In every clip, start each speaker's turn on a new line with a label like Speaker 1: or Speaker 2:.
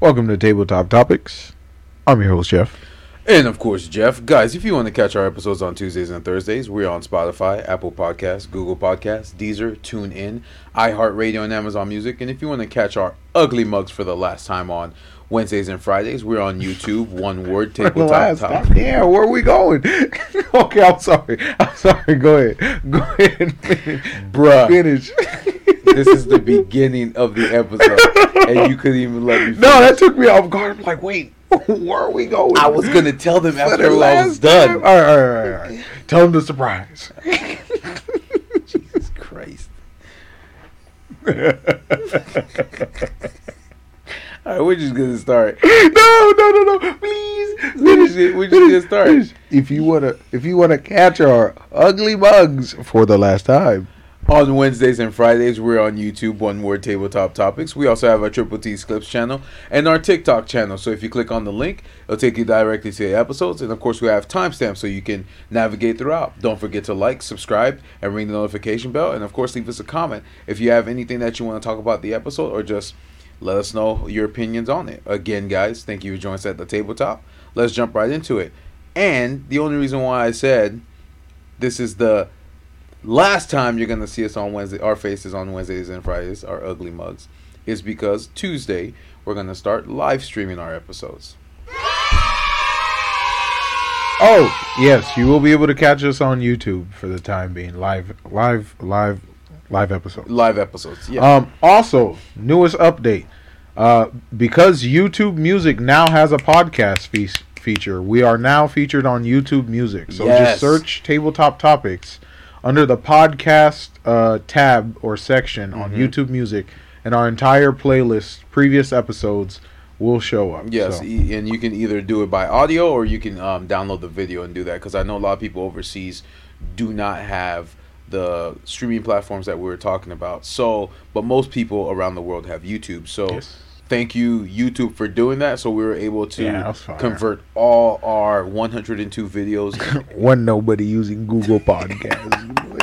Speaker 1: Welcome to Tabletop Topics. I'm your host, Jeff.
Speaker 2: And of course, Jeff. Guys, if you want to catch our episodes on Tuesdays and Thursdays, we're on Spotify, Apple Podcasts, Google Podcasts, Deezer, TuneIn, iHeartRadio, and Amazon Music. And if you want to catch our ugly mugs for the last time on Wednesdays and Fridays, we're on YouTube, one word, tabletop top.
Speaker 1: yeah, where are we going? okay, I'm sorry. I'm sorry. Go ahead. Go ahead. and finish.
Speaker 2: Bruh,
Speaker 1: Finish.
Speaker 2: this is the beginning of the episode. And you couldn't even let me finish.
Speaker 1: no, that took me off guard. I'm like, wait, where are we going?
Speaker 2: I was going to tell them
Speaker 1: For the
Speaker 2: after I was
Speaker 1: last time?
Speaker 2: done.
Speaker 1: All right, all right, all right, all right. Tell them the surprise.
Speaker 2: Jesus Christ. All right, we're just gonna start.
Speaker 1: No, no, no, no! Please,
Speaker 2: Finish it. We just get started.
Speaker 1: If you wanna, if you wanna catch our ugly mugs for the last time,
Speaker 2: On Wednesdays and Fridays, we're on YouTube, One Word Tabletop Topics. We also have our Triple T's Clips channel and our TikTok channel. So if you click on the link, it'll take you directly to the episodes. And of course, we have timestamps so you can navigate throughout. Don't forget to like, subscribe, and ring the notification bell. And of course, leave us a comment if you have anything that you want to talk about the episode or just let us know your opinions on it. Again, guys, thank you for joining us at the tabletop. Let's jump right into it. And the only reason why I said this is the last time you're gonna see us on Wednesday, our faces on Wednesdays and Fridays, our ugly mugs, is because Tuesday we're gonna start live streaming our episodes.
Speaker 1: oh yes, you will be able to catch us on YouTube for the time being. Live, live, live, live episode.
Speaker 2: Live episodes, yeah.
Speaker 1: Um, also, newest update. Uh, because YouTube Music now has a podcast fe- feature, we are now featured on YouTube Music. So just
Speaker 2: Yes.
Speaker 1: search Tabletop Topics under the podcast uh, tab or section on
Speaker 2: Mm-hmm.
Speaker 1: YouTube Music, and our entire playlist, previous episodes, will show up.
Speaker 2: Yes,
Speaker 1: So-
Speaker 2: e- and you can either do it by audio or you can um, download the video and do that because I know a lot of people overseas do not have the streaming platforms that we were talking about. So, but most people around the world have YouTube. So,
Speaker 1: Yes.
Speaker 2: thank you YouTube for doing that. So we were able to
Speaker 1: Yeah, that's fire.
Speaker 2: convert all our 102 videos.
Speaker 1: One nobody using Google Podcasts.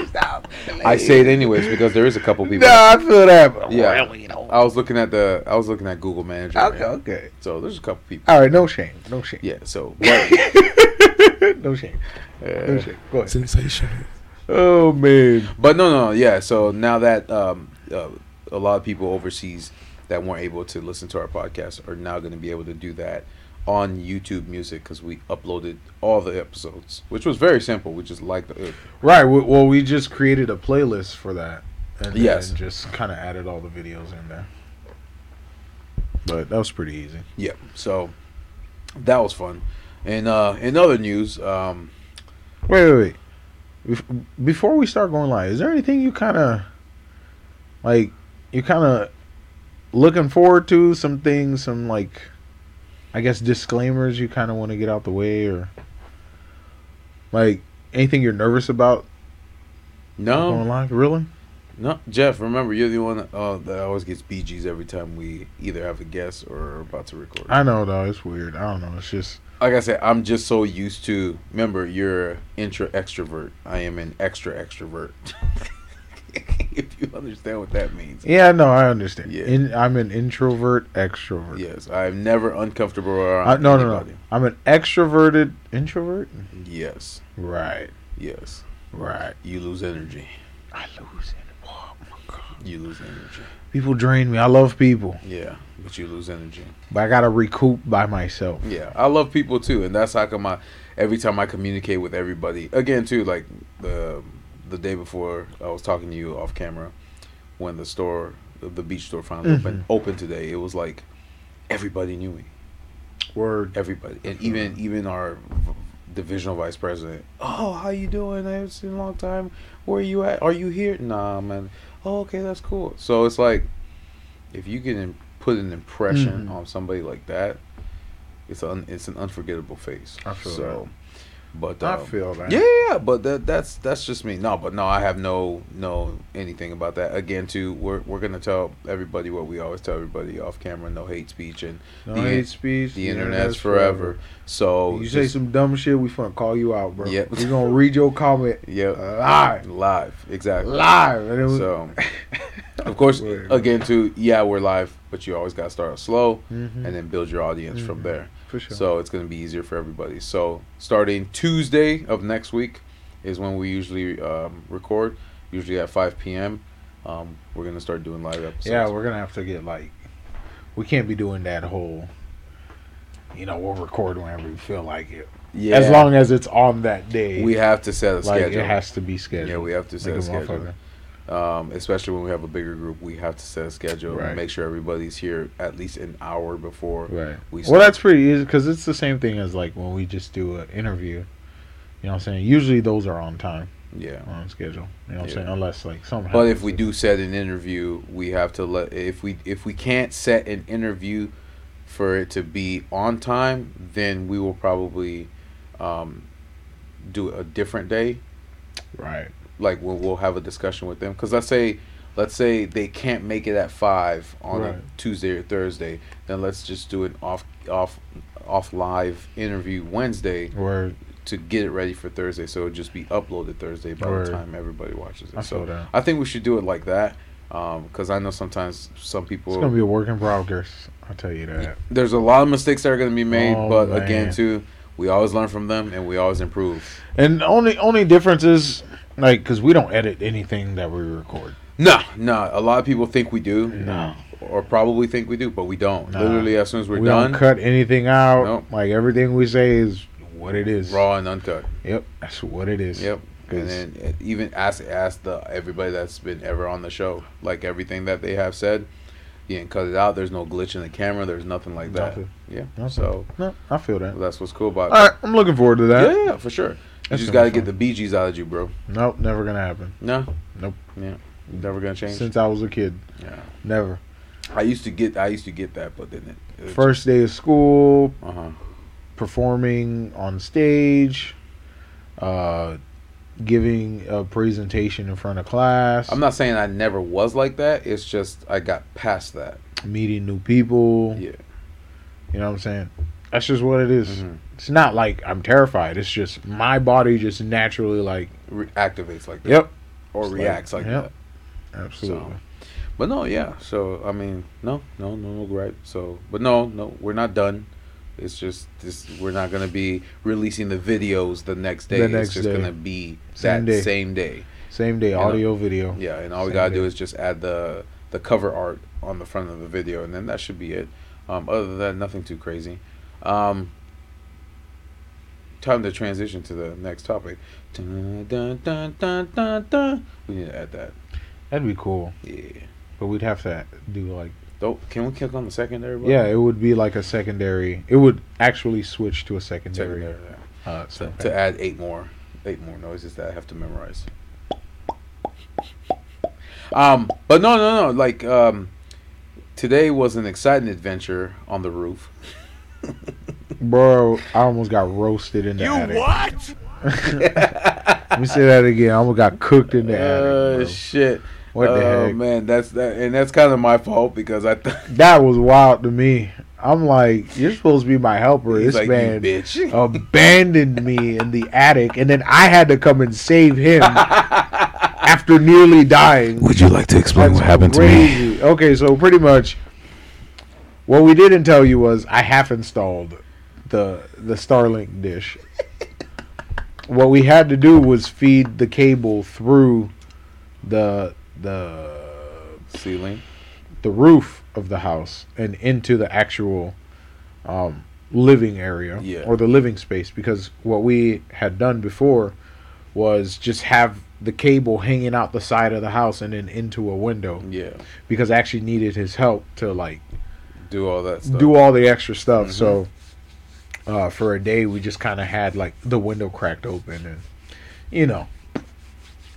Speaker 1: Stop.
Speaker 2: I say it anyways because there is a couple people.
Speaker 1: Nah, I feel that.
Speaker 2: Yeah.
Speaker 1: Really, though.
Speaker 2: I was looking at the I was looking at Google Manager. man.
Speaker 1: Okay, okay.
Speaker 2: So there's a couple people.
Speaker 1: All right, no shame. No shame.
Speaker 2: Yeah. So but,
Speaker 1: no shame. No
Speaker 2: uh,
Speaker 1: shame. Go ahead.
Speaker 3: Sensational.
Speaker 1: Oh man.
Speaker 2: But no, no, yeah. So now that um, uh, a lot of people overseas that weren't able to listen to our podcast are now going to be able to do that on YouTube Music because we uploaded all the episodes, which was very simple. We just like the
Speaker 1: Right. we- Well, we just created a playlist for that, and then
Speaker 2: Yes.
Speaker 1: just kind of added all the videos in there. But that was pretty easy.
Speaker 2: yeah. So that was fun. And uh, in other news, um,
Speaker 1: Wait, wait, wait. Bef- Before we start going live, is there anything you kind of like? You kind of looking forward to some things, some like, I guess disclaimers you kind of want to get out the way, or like anything you're nervous about going
Speaker 2: no,
Speaker 1: live? Really?
Speaker 2: no, Jeff. Remember, you're the one uh, that always gets BGs every time we either have a guest or are about to record.
Speaker 1: I know though. It's weird. I don't know. It's just.
Speaker 2: like I said, I'm just so used to. Remember, you're intra extrovert. I am an extra extrovert. if you understand what that means.
Speaker 1: Yeah, no, I understand.
Speaker 2: Yeah.
Speaker 1: In, I'm an introvert, extrovert.
Speaker 2: Yes, I'm never uncomfortable around
Speaker 1: I, Uh, no, no, no.
Speaker 2: anybody.
Speaker 1: I'm an extroverted introvert.
Speaker 2: Yes,
Speaker 1: Right,
Speaker 2: yes.
Speaker 1: right.
Speaker 2: You lose energy.
Speaker 1: I lose it. Oh my god.
Speaker 2: You lose energy.
Speaker 1: People drain me. I love people,
Speaker 2: Yeah, but you lose energy.
Speaker 1: but I gotta recoup by myself.
Speaker 2: Yeah, I love people too, and that's how come I every time I communicate with everybody again too. Like the the day before, I was talking to you off camera when the store, the beach store, finally opened opened today. It was like everybody knew me,
Speaker 1: Word.
Speaker 2: everybody, and even even our v- divisional vice president. Oh, how you doing? I haven't seen you in a long time. Where are you at? Are you here? Nah, man. Oh, okay, that's cool. So it's like if you can im- put an impression
Speaker 1: Mhm.
Speaker 2: on somebody like that, it's un, it's an unforgettable face.
Speaker 1: I feel
Speaker 2: so But
Speaker 1: I
Speaker 2: um,
Speaker 1: feel that.
Speaker 2: yeah, yeah, but that that's that's just me. No, but no, I have no no anything about that. Again, too, we're we're gonna tell everybody what we always tell everybody off camera: no hate speech and
Speaker 1: No
Speaker 2: the-
Speaker 1: hate speech.
Speaker 2: the, internet's, forever. So
Speaker 1: You say some dumb shit, we finna call you out, bro.
Speaker 2: Yep.
Speaker 1: We gonna read your comment
Speaker 2: yeah,
Speaker 1: uh, live.
Speaker 2: live, exactly.
Speaker 1: live. And it was,
Speaker 2: So, of course,
Speaker 1: Word.
Speaker 2: again, too, yeah, we're live, but you always gotta start slow
Speaker 1: Mhm,
Speaker 2: and then build your audience from
Speaker 1: Mhm.
Speaker 2: there.
Speaker 1: for sure.
Speaker 2: So it's going to be easier for everybody. So starting Tuesday of next week is when we usually um, record, usually at 5 p.m. Um, we're going to start doing live episodes.
Speaker 1: yeah, we're gonna have to get like, we can't be doing that whole. You know, we'll record whenever we feel like it,
Speaker 2: yeah.
Speaker 1: as long as it's on that day.
Speaker 2: we have to set a
Speaker 1: like
Speaker 2: schedule.
Speaker 1: it has to be
Speaker 2: yeah,
Speaker 1: scheduled.
Speaker 2: we have to set
Speaker 1: like
Speaker 2: a
Speaker 1: a
Speaker 2: schedule.
Speaker 1: motherfucker.
Speaker 2: Um, especially when we have a bigger group, we have to set a schedule
Speaker 1: Right.
Speaker 2: and make sure everybody's here at least an hour before
Speaker 1: Right.
Speaker 2: we
Speaker 1: Well, that's pretty easy because it's the same thing as like when we just do an interview. You know what I'm saying? Usually those are on time,
Speaker 2: yeah.
Speaker 1: on schedule. You know what I'm
Speaker 2: Yeah.
Speaker 1: saying? Unless like something.
Speaker 2: But
Speaker 1: happens
Speaker 2: if we
Speaker 1: to-
Speaker 2: do set an interview, we have to let if we if we can't set an interview for it to be on time, then we will probably um, do a different day.
Speaker 1: right,
Speaker 2: Like we'll, we'll have a discussion with them because let's say let's say they can't make it at five on a
Speaker 1: Right.
Speaker 2: Tuesday or Thursday, then let's just do an off off off live interview Wednesday
Speaker 1: where
Speaker 2: to get it ready for Thursday, so it'll just be uploaded Thursday by
Speaker 1: Word.
Speaker 2: the time everybody watches it.
Speaker 1: I
Speaker 2: so
Speaker 1: feel that.
Speaker 2: I think we should do it like that, because I know sometimes some
Speaker 1: It's gonna
Speaker 2: people
Speaker 1: be a work in progress. I'll tell you that.
Speaker 2: there's a lot of mistakes that are going to be made,
Speaker 1: Oh,
Speaker 2: but
Speaker 1: man.
Speaker 2: again, too, we always learn from them and we always improve.
Speaker 1: And the only only difference is like because we don't edit anything that we record.
Speaker 2: Nah, nah. A lot of people think we do,
Speaker 1: No.
Speaker 2: or probably think we do, but we don't.
Speaker 1: Nah.
Speaker 2: Literally, as soon as we're
Speaker 1: we
Speaker 2: done,
Speaker 1: don't cut anything out.
Speaker 2: Nope.
Speaker 1: Like everything we say is what it is.
Speaker 2: raw and uncut.
Speaker 1: Yep, that's what it is.
Speaker 2: Yep. And
Speaker 1: 'Cause-
Speaker 2: then uh, even ask ask the everybody that's been ever on the show, like everything that they have said, you didn't cut it out. There's no glitch in the camera. There's nothing like that.
Speaker 1: Nothing.
Speaker 2: Yeah.
Speaker 1: Nothing.
Speaker 2: So
Speaker 1: No, I feel that.
Speaker 2: that's what's cool about. it.
Speaker 1: All right, I'm looking forward to that.
Speaker 2: Yeah, yeah, yeah, for sure. You
Speaker 1: That's
Speaker 2: just
Speaker 1: gonna
Speaker 2: gotta
Speaker 1: be
Speaker 2: get the Bee Gees out of you, bro.
Speaker 1: Nope, never gonna happen.
Speaker 2: No.
Speaker 1: Nope.
Speaker 2: Yeah. Never gonna change.
Speaker 1: Since I was a kid,
Speaker 2: yeah.
Speaker 1: never.
Speaker 2: I used to get I used to get that, but then it,
Speaker 1: First day of school,
Speaker 2: Uh huh.
Speaker 1: performing on stage, uh, giving a presentation in front of class,
Speaker 2: I'm not saying I never was like that. It's just I got past that.
Speaker 1: meeting new people.
Speaker 2: Yeah.
Speaker 1: You know what I'm saying? That's just what it is.
Speaker 2: Mhm.
Speaker 1: It's not like I'm terrified. It's just my body just naturally like,
Speaker 2: Re- activates like that.
Speaker 1: yep,
Speaker 2: Or
Speaker 1: It's like-
Speaker 2: reacts like,
Speaker 1: yep.
Speaker 2: that.
Speaker 1: absolutely.
Speaker 2: But no, yeah. So I mean, no, no, no, no gripe. So, but no, no, we're not done. It's just this. We're not gonna be releasing the videos the next day.
Speaker 1: The
Speaker 2: it's
Speaker 1: next
Speaker 2: just
Speaker 1: day.
Speaker 2: gonna be
Speaker 1: Same
Speaker 2: that
Speaker 1: day.
Speaker 2: same day.
Speaker 1: Same day,
Speaker 2: know,
Speaker 1: audio, video.
Speaker 2: Yeah, and all we
Speaker 1: Same
Speaker 2: gotta do
Speaker 1: day.
Speaker 2: is just add the the cover art on the front of the video, and then that should be it. Um, other than that, nothing too crazy. Um, time to transition to the next topic. Dun, dun, dun, dun, dun, dun. We need to add that.
Speaker 1: That'd be cool,
Speaker 2: Yeah.
Speaker 1: but we'd have to do like.
Speaker 2: Don't, can we click on the secondary? button?
Speaker 1: Yeah, it would be like a secondary. It would actually switch to a secondary.
Speaker 2: Secondary. yeah.
Speaker 1: Uh,
Speaker 2: So
Speaker 1: sound
Speaker 2: to
Speaker 1: pack.
Speaker 2: add eight more, eight more noises that I have to memorize. Um, but no, no, no. Like um, today was an exciting adventure on the roof.
Speaker 1: Bro, I almost got roasted in the attic.
Speaker 2: what?
Speaker 1: Let me say that again. I almost got cooked in the attic.
Speaker 2: Oh
Speaker 1: bro.
Speaker 2: shit!
Speaker 1: What the
Speaker 2: oh
Speaker 1: heck?
Speaker 2: man, that's that, and that's kind of my fault because I thought
Speaker 1: That was wild to me. I'm like, you're supposed to be my helper.
Speaker 2: he's
Speaker 1: This
Speaker 2: like
Speaker 1: man uh,
Speaker 2: you bitch.
Speaker 1: abandoned me in the attic, and then I had to come and save him after nearly dying.
Speaker 2: Would you like to explain
Speaker 1: That's crazy. Okay, so pretty much, what we didn't tell you was I half installed the the Starlink dish. what we had to do was feed the cable through the the
Speaker 2: Ceiling.
Speaker 1: the roof of the house and into the actual um, living area
Speaker 2: Yeah.
Speaker 1: or the living space because what we had done before was just have the cable hanging out the side of the house and then into a window
Speaker 2: Yeah.
Speaker 1: because I actually needed his help to like
Speaker 2: Do all that stuff. Mm-hmm.
Speaker 1: do all the extra stuff. So uh, for a day, we just kind of had like the window cracked open and you know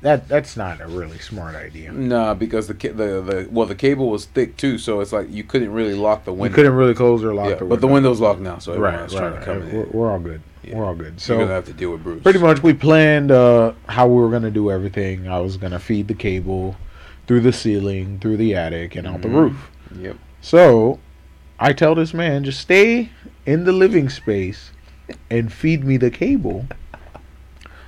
Speaker 1: that that's not a really smart idea.
Speaker 2: Nah, because the ca- the the well the cable was thick too, so it's like you couldn't really lock the
Speaker 1: We
Speaker 2: window.
Speaker 1: couldn't really close or lock
Speaker 2: yeah,
Speaker 1: the
Speaker 2: but the
Speaker 1: window.
Speaker 2: window's locked now, so everyone
Speaker 1: Right,
Speaker 2: was
Speaker 1: right.
Speaker 2: trying to come
Speaker 1: right.
Speaker 2: in.
Speaker 1: We're, we're all good.
Speaker 2: Yeah.
Speaker 1: We're all good.
Speaker 2: You're
Speaker 1: So
Speaker 2: gonna have to deal with Bruce.
Speaker 1: pretty much we planned uh, how we were going to do everything. I was going to feed the cable through the ceiling, through the attic, and out the
Speaker 2: Mhm.
Speaker 1: roof.
Speaker 2: Yep.
Speaker 1: So I tell this man, just stay in the living space and feed me the cable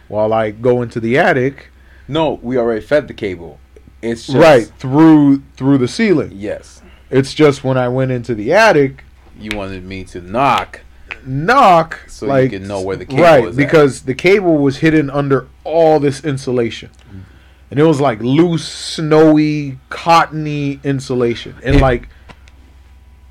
Speaker 1: while I go into the attic.
Speaker 2: No, we already fed the cable. It's just,
Speaker 1: right through through the ceiling.
Speaker 2: Yes,
Speaker 1: It's just when I went into the attic,
Speaker 2: you wanted me to knock.
Speaker 1: knock
Speaker 2: So you
Speaker 1: like
Speaker 2: can know where the cable
Speaker 1: right
Speaker 2: is at.
Speaker 1: because the cable was hidden under all this insulation
Speaker 2: Mm-hmm.
Speaker 1: and it was like loose snowy cottony insulation and
Speaker 2: It-
Speaker 1: like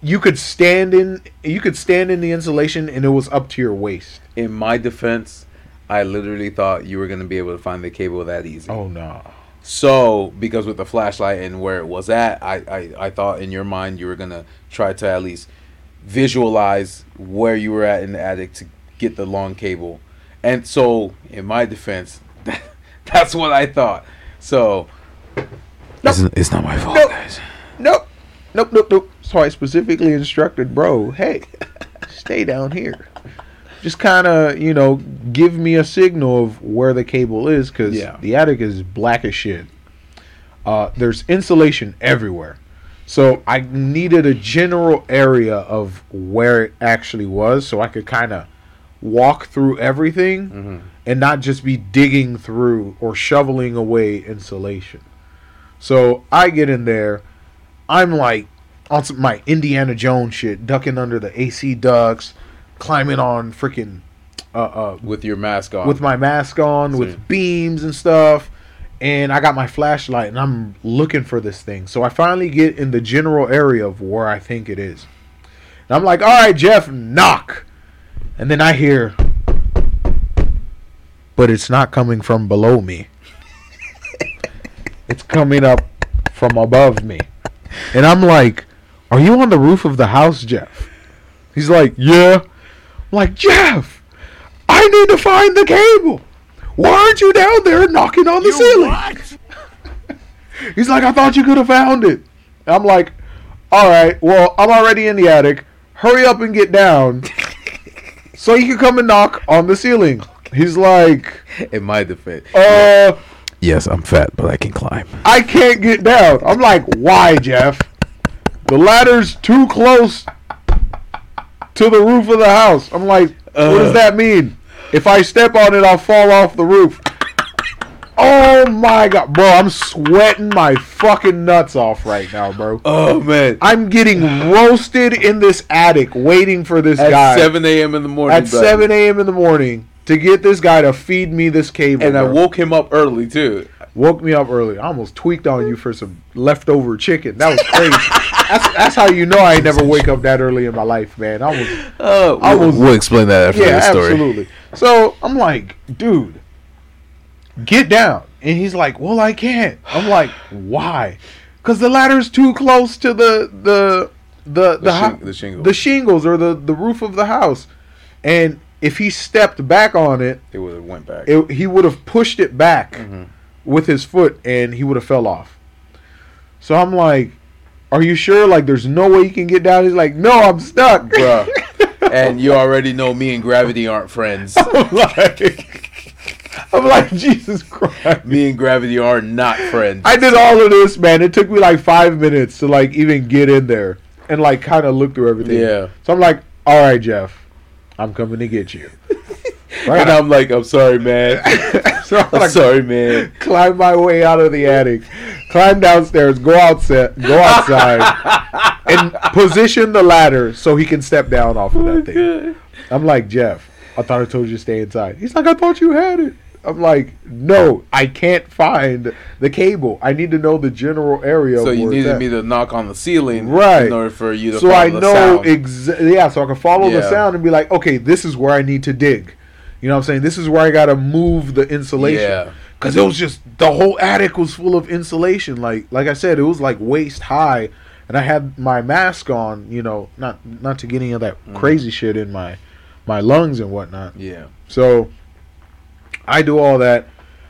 Speaker 1: you could stand in you could stand in the insulation and it was up to your waist
Speaker 2: In my defense, I literally thought you were gonna be able to find the cable that easy.
Speaker 1: oh no
Speaker 2: So, because with the flashlight and where it was at, I, I, I thought in your mind you were going to try to at least visualize where you were at in the attic to get the long cable. And so, in my defense, that's what I thought. So, it's, it's not my fault,
Speaker 1: Nope.
Speaker 2: guys.
Speaker 1: nope nope nope nope so i specifically instructed bro hey stay down here just kind of you know give me a signal of where the cable is because
Speaker 2: Yeah.
Speaker 1: the attic is black as shit uh, there's insulation everywhere so i needed a general area of where it actually was so i could kind of walk through everything and not just be digging through or shoveling away insulation so i get in there i'm like on some, my indiana jones shit ducking under the ac ducts climbing on freaking uh, uh,
Speaker 2: With your mask on.
Speaker 1: with my mask on,
Speaker 2: See.
Speaker 1: with beams and stuff. And I got my flashlight and I'm looking for this thing. So I finally get in the general area of where I think it is. And I'm like, all right, Jeff, knock. And then I hear, but it's not coming from below me, it's coming up from above me. And I'm like, are you on the roof of the house, Jeff? He's like, yeah. I'm like, Jeff, I need to find the cable. Why aren't you down there knocking on the ceiling? He's like, I thought you could have found it. And I'm like, all right, well, I'm already in the attic. Hurry up and get down so you can come and knock on the ceiling. He's like,
Speaker 2: in my defense.
Speaker 1: uh,
Speaker 2: Oh. Yes, I'm fat, but I can climb.
Speaker 1: I can't get down. I'm like, why, Jeff? The ladder's too close to the roof of the house. I'm like, what does
Speaker 2: Ugh.
Speaker 1: that mean? If I step on it, I'll fall off the roof. Oh my god, bro! I'm sweating my fucking nuts off right now, bro.
Speaker 2: Oh, man.
Speaker 1: I'm getting roasted in this attic, waiting for this
Speaker 2: At
Speaker 1: guy
Speaker 2: 7 a.m. in the morning.
Speaker 1: at
Speaker 2: bud.
Speaker 1: 7 a.m. in the morning to get this guy to feed me this cable.
Speaker 2: And I
Speaker 1: bro
Speaker 2: woke him up early, too.
Speaker 1: woke me up early. I almost tweaked on you for some leftover chicken. That was crazy. that's, that's how you know I ain't never wake up that early in my life, man. I was
Speaker 2: Oh,
Speaker 1: I was-
Speaker 2: we'll explain that after
Speaker 1: yeah, absolutely. So I'm like, dude, get down. And he's like, well, I can't. I'm like, why? Because the ladder's too close to the the the the,
Speaker 2: shing-
Speaker 1: hou-
Speaker 2: the shingles.
Speaker 1: the shingles or the the roof of the house, and if he stepped back on it,
Speaker 2: It would have went back.
Speaker 1: it, he would have pushed it back with his foot and he would have fell off. So I'm like, are you sure? Like, there's no way you can get down. He's like, no, I'm stuck.
Speaker 2: Bruh. and you already know me and gravity aren't friends.
Speaker 1: I'm like, I'm like, Jesus Christ.
Speaker 2: me and gravity are not friends.
Speaker 1: I did all of this, man. It took me like five minutes to like even get in there and like kind of look through everything.
Speaker 2: Yeah.
Speaker 1: So I'm like, all right, Jeff, I'm coming to get you.
Speaker 2: and I'm like, I'm sorry, man.
Speaker 1: So I'm
Speaker 2: I'm
Speaker 1: like,
Speaker 2: sorry, man.
Speaker 1: climb my way out of the attic, climb downstairs, go outside, go outside, and position the ladder so he can step down off
Speaker 2: Oh
Speaker 1: of that thing. I'm like Jeff. I thought I told you to stay inside. He's like, I thought you had it. I'm like, no, I can't find the cable. I need to know the general area.
Speaker 2: So you needed me
Speaker 1: to
Speaker 2: to knock on the ceiling,
Speaker 1: Right.
Speaker 2: In order for you to.
Speaker 1: so
Speaker 2: follow
Speaker 1: I
Speaker 2: the
Speaker 1: know
Speaker 2: sound.
Speaker 1: exactly. Yeah, so I can follow the
Speaker 2: Yeah.
Speaker 1: sound and be like, okay, this is where I need to dig. You know what I'm saying? This is where I gotta move the insulation.
Speaker 2: Yeah.
Speaker 1: Cause it was just the whole attic was full of insulation. Like like I said, it was like waist high, and I had my mask on. You know, not not to get any of that
Speaker 2: Mm.
Speaker 1: crazy shit in my my lungs and whatnot.
Speaker 2: Yeah.
Speaker 1: So I do all that.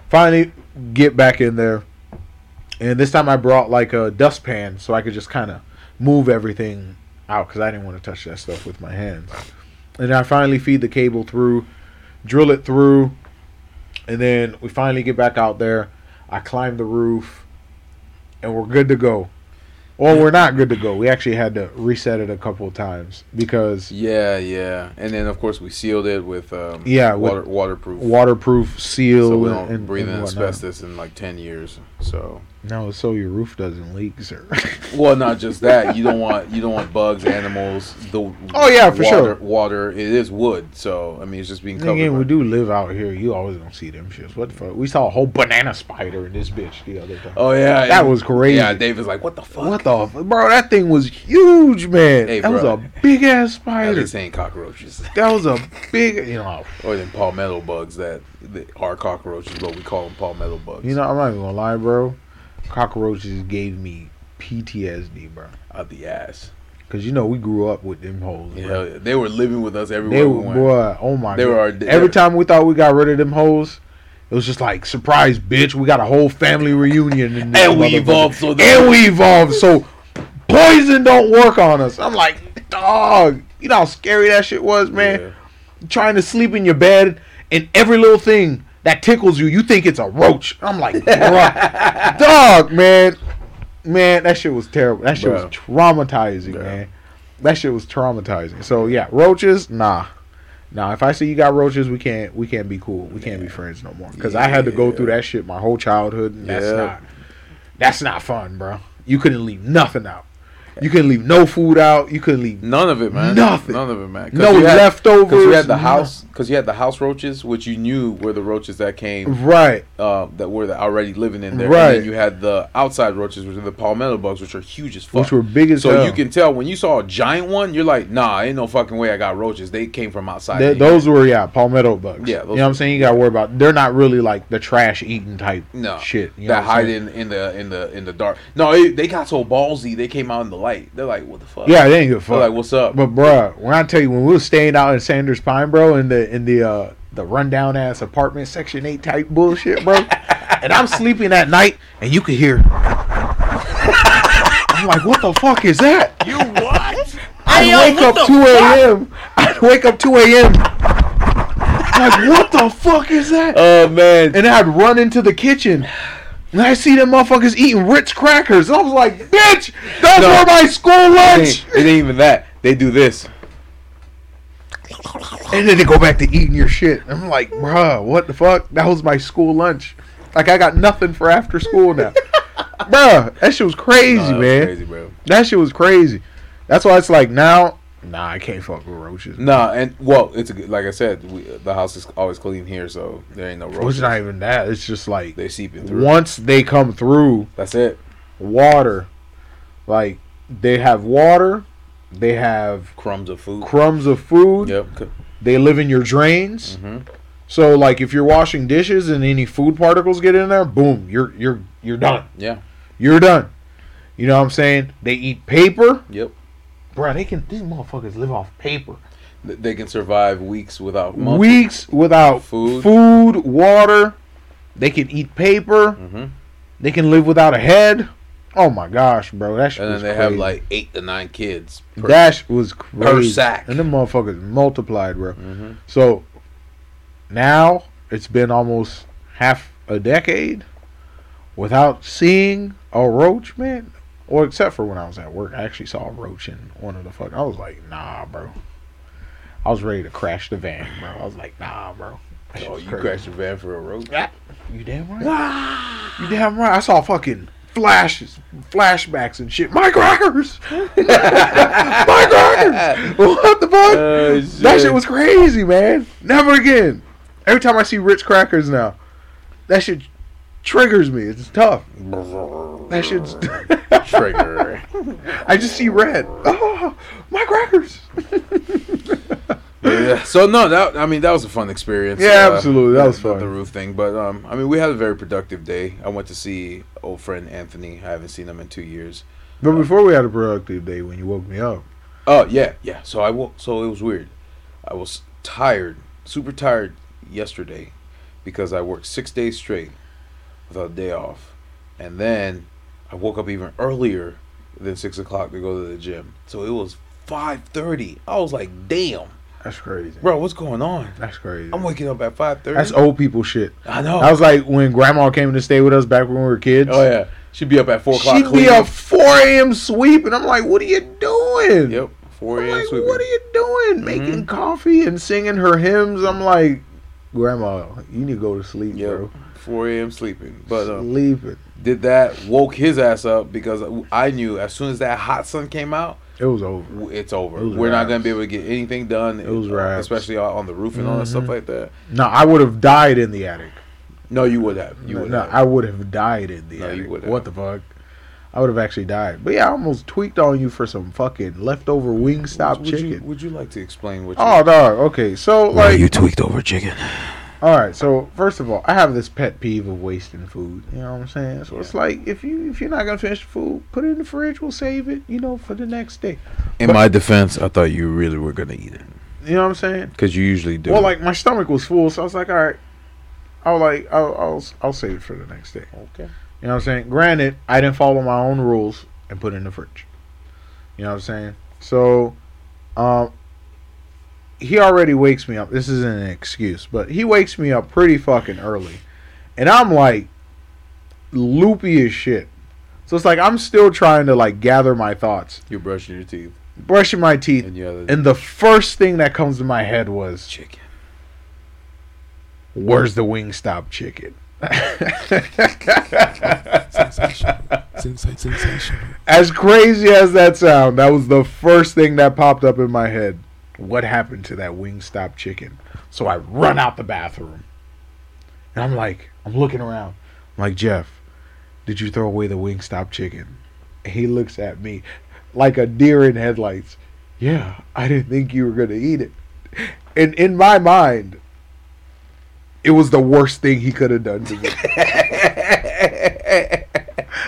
Speaker 1: Finally, get back in there. And this time I brought like a dustpan so I could just kind of move everything out because I didn't want to touch that stuff with my hands. And I finally feed the cable through, drill it through, and then we finally get back out there. I climb the roof, and we're good to go. Or we're not good to go. We actually had to reset it a couple of times because
Speaker 2: Yeah, yeah. And then of course we sealed it with um
Speaker 1: Yeah, with
Speaker 2: water, waterproof.
Speaker 1: waterproof seal
Speaker 2: so we don't
Speaker 1: and, and
Speaker 2: breathe in
Speaker 1: whatnot.
Speaker 2: asbestos in like 10 years. So
Speaker 1: No, so your roof doesn't leak, sir.
Speaker 2: Well, not just that. You don't want you don't want bugs, animals, the
Speaker 1: Oh, yeah, for
Speaker 2: water,
Speaker 1: sure.
Speaker 2: Water. It is wood, so I mean it's just being covered.
Speaker 1: Again,
Speaker 2: by-
Speaker 1: we do live out here. You always don't see them shits. What the fuck? We saw a whole banana spider in this bitch the other time.
Speaker 2: Oh yeah,
Speaker 1: That
Speaker 2: and-
Speaker 1: was crazy.
Speaker 2: Yeah, Dave was like, "What the fuck?"
Speaker 1: What the f bro? That thing was huge, man.
Speaker 2: Hey,
Speaker 1: that was
Speaker 2: bro.
Speaker 1: a big ass
Speaker 2: At
Speaker 1: spider.
Speaker 2: least they ain't cockroaches,
Speaker 1: That was a big, you know.
Speaker 2: or then palmetto bugs that, that are cockroaches, but we call them palmetto bugs.
Speaker 1: You know, I'm not even gonna lie, bro. Cockroaches gave me PTSD, bro.
Speaker 2: out the ass.
Speaker 1: Cause you know we grew up with them holes.
Speaker 2: Yeah,
Speaker 1: bro.
Speaker 2: they were living with us
Speaker 1: They
Speaker 2: everywhere we
Speaker 1: were,
Speaker 2: went.
Speaker 1: boy, oh my
Speaker 2: They
Speaker 1: god.
Speaker 2: were our-
Speaker 1: Every time we thought we got rid of them holes, it was just like surprise, bitch. We got a whole family reunion, in this
Speaker 2: And we
Speaker 1: motherfucker.
Speaker 2: evolved, so that-
Speaker 1: and we evolved. So poison don't work on us. I'm like, dog. You know how scary that shit was, man.
Speaker 2: Yeah.
Speaker 1: Trying to sleep in your bed, and every little thing that tickles you, you think it's a roach. I'm like, bruh, dog, man, man, that shit was terrible. That shit was
Speaker 2: Bruh.
Speaker 1: traumatizing,
Speaker 2: Yeah.
Speaker 1: man. That shit was traumatizing. So yeah, roaches, nah. Nah, if I see you got roaches, we can't we can't be cool. We can't be friends no more. Because I had to go
Speaker 2: Yeah.
Speaker 1: through that shit my whole childhood. And that's
Speaker 2: Yeah.
Speaker 1: not that's not fun, bro. You couldn't leave nothing out. You couldn't leave no food out. You couldn't leave
Speaker 2: None of it, man.
Speaker 1: Nothing.
Speaker 2: None of it, man.
Speaker 1: No leftovers,
Speaker 2: Because you had the
Speaker 1: no-
Speaker 2: house. Because you had the house roaches, which you knew were the roaches that came
Speaker 1: right.
Speaker 2: uh, that were the already living in there. And
Speaker 1: Right.
Speaker 2: then you had the outside roaches, which are the palmetto bugs, which are huge as fuck.
Speaker 1: Which were big as
Speaker 2: so
Speaker 1: hell.
Speaker 2: you can tell when you saw a giant one, you're like, nah, ain't no fucking way I got roaches. They came from outside.
Speaker 1: Th- those were yeah, palmetto bugs. you
Speaker 2: Yeah,
Speaker 1: know
Speaker 2: those
Speaker 1: what I'm saying. You got to worry about. They're not really like the trash eating type
Speaker 2: no
Speaker 1: shit. You know
Speaker 2: that
Speaker 1: what I'm
Speaker 2: hide
Speaker 1: saying?
Speaker 2: in, in the in the in the dark. No, it, they got so ballsy they came out in the light. They're like, what the fuck?
Speaker 1: Yeah, they ain't good
Speaker 2: They're
Speaker 1: fuck.
Speaker 2: like, what's up?
Speaker 1: But bruh, when I tell you when we was staying out in Sanders Pine, bro, in the in the uh the rundown ass apartment section eight type bullshit, bro. and I'm sleeping at night and you could hear I'm like, what the fuck is that?
Speaker 2: you what?
Speaker 1: I wake up two AM. I wake up two AM. Like, what the fuck is that?
Speaker 2: Oh man.
Speaker 1: And I'd run into the kitchen. And I see them motherfuckers eating Ritz crackers. And I was like, bitch, those
Speaker 2: No.
Speaker 1: were my school
Speaker 2: it,
Speaker 1: lunch.
Speaker 2: ain't, it ain't even that. They do this.
Speaker 1: And then they go back to eating your shit. I'm like, bruh, what the fuck? That was my school lunch. Like I got nothing for after school now. bruh, that shit was crazy,
Speaker 2: Nah, that's
Speaker 1: man.
Speaker 2: Crazy, bro.
Speaker 1: That shit was crazy. That's why it's like now, nah, I can't fuck with roaches.
Speaker 2: Nah, and well, it's a, good- like I said, we, the house is always clean here, so there ain't no
Speaker 1: It's
Speaker 2: roaches.
Speaker 1: not even that. It's just like
Speaker 2: They're seeping through.
Speaker 1: once they come through,
Speaker 2: That's it.
Speaker 1: water, like they have water, they have
Speaker 2: Crumbs of food.
Speaker 1: crumbs of food,
Speaker 2: yep.
Speaker 1: they live in your drains.
Speaker 2: Mm-hmm.
Speaker 1: So like if you're washing dishes and any food particles get in there, boom, you're you're you're done.
Speaker 2: Yeah.
Speaker 1: You're done. You know what I'm saying? They eat paper.
Speaker 2: Yep.
Speaker 1: Bruh, they can these motherfuckers live off paper.
Speaker 2: Th- They can survive weeks without months.
Speaker 1: Weeks without
Speaker 2: Food.
Speaker 1: food. water. They can eat paper.
Speaker 2: Mm-hmm. And
Speaker 1: They can live without a head. Oh my gosh, bro. That shit
Speaker 2: then
Speaker 1: was
Speaker 2: they
Speaker 1: crazy.
Speaker 2: have like eight to nine kids. per-
Speaker 1: Dash was crazy.
Speaker 2: sack.
Speaker 1: And them motherfuckers multiplied, bro.
Speaker 2: Mhm.
Speaker 1: So now it's been almost half a decade without seeing a roach, man. Or except for when I was at work, I actually saw a roach in one of the fuck. I was like, nah, bro. I was ready to crash the van, bro. I was like, nah, bro. That shit
Speaker 2: Oh,
Speaker 1: was
Speaker 2: you
Speaker 1: crazy.
Speaker 2: crashed your van for a road?
Speaker 1: You damn right. Ah! you damn right. I saw fucking flashes, flashbacks and shit. My crackers. My crackers. What the fuck?
Speaker 2: Oh,
Speaker 1: that
Speaker 2: shit.
Speaker 1: shit was crazy, man. Never again. Every time I see Ritz crackers now, that shit triggers me. It's tough. That shit's.
Speaker 2: trigger.
Speaker 1: I just see red. Oh, my crackers.
Speaker 2: Yeah. So no, that I mean that was a fun experience.
Speaker 1: Yeah, absolutely, that
Speaker 2: the-
Speaker 1: was
Speaker 2: the-
Speaker 1: fun.
Speaker 2: The roof thing, but um, I mean we had a very productive day. I went to see old friend Anthony. I haven't seen him in two years.
Speaker 1: But before we had a productive day when you woke me up.
Speaker 2: Oh yeah, yeah. So I woke. So it was weird. I was tired, super tired yesterday, because I worked six days straight. without a day off. And then I woke up even earlier than six o'clock to go to the gym. So it was five thirty. I was like, damn,
Speaker 1: That's crazy.
Speaker 2: bro, what's going on?
Speaker 1: That's crazy.
Speaker 2: I'm waking up at five
Speaker 1: That's
Speaker 2: thirty.
Speaker 1: old people shit.
Speaker 2: I know.
Speaker 1: I was like when grandma came to stay with us back when we were kids.
Speaker 2: oh yeah, she'd be up at four o'clock.
Speaker 1: She'd be
Speaker 2: cleaning.
Speaker 1: a 4 a.m. sweep, and I'm like, what are you doing?
Speaker 2: Yep, four
Speaker 1: I'm
Speaker 2: a.m.
Speaker 1: like,
Speaker 2: sweeping. Mm-hmm.
Speaker 1: what are you doing? Making coffee and singing her hymns. I'm like, grandma, you need to go to sleep,
Speaker 2: Yep.
Speaker 1: bro.
Speaker 2: 4 a.m. sleeping, but um,
Speaker 1: Sleeping.
Speaker 2: did that woke his ass up because I knew as soon as that hot sun came out,
Speaker 1: It was over.
Speaker 2: it's over.
Speaker 1: It was
Speaker 2: We're not
Speaker 1: wraps.
Speaker 2: gonna be able to get anything done.
Speaker 1: It was Mm-hmm. wraps.
Speaker 2: especially on on the roof and all that stuff like that.
Speaker 1: No, I would have died in the attic.
Speaker 2: No, you would have. You
Speaker 1: no,
Speaker 2: would
Speaker 1: no,
Speaker 2: have.
Speaker 1: I would have died in the
Speaker 2: No, you
Speaker 1: attic.
Speaker 2: would have.
Speaker 1: What the fuck? I would have actually died. But yeah, I almost tweaked on you for some fucking leftover Wingstop
Speaker 2: would
Speaker 1: chicken.
Speaker 2: You, would you like to explain what?
Speaker 1: oh, dog. Okay, so like,
Speaker 2: tweaked over chicken.
Speaker 1: all right. So first of all, I have this pet peeve of wasting food. You know what I'm saying? So it's like if you if you're not gonna finish the food, put it in the fridge. We'll save it. You know, for the next day.
Speaker 2: In my defense, I thought you really were gonna eat it
Speaker 1: You know what I'm saying?
Speaker 2: because you usually do.
Speaker 1: Well, like my stomach was full, so I was like, all right, I'll like I'll I'll, I'll save it for the next day.
Speaker 2: okay,
Speaker 1: You know what I'm saying? Granted, I didn't follow my own rules and put it in the fridge. You know what I'm saying? So, um, he already wakes me up. This isn't an excuse, but he wakes me up pretty fucking early. And I'm like loopy as shit. So it's like I'm still trying to like gather my thoughts,
Speaker 2: you're brushing your teeth
Speaker 1: brushing my teeth.
Speaker 2: and you have
Speaker 1: And the first thing that comes to my head was,
Speaker 2: chicken.
Speaker 1: where's the Wingstop chicken?
Speaker 3: Sensational. Sensa- sensational.
Speaker 1: As crazy as that sound, that was the first thing that popped up in my head. What happened to that Wingstop chicken? So I run out the bathroom. And I'm like, I'm looking around. I'm like, Jeff, did you throw away the Wingstop chicken? And he looks at me like a deer in headlights. Yeah, I didn't think you were going to eat it. And in my mind, it was the worst thing he could have done to me.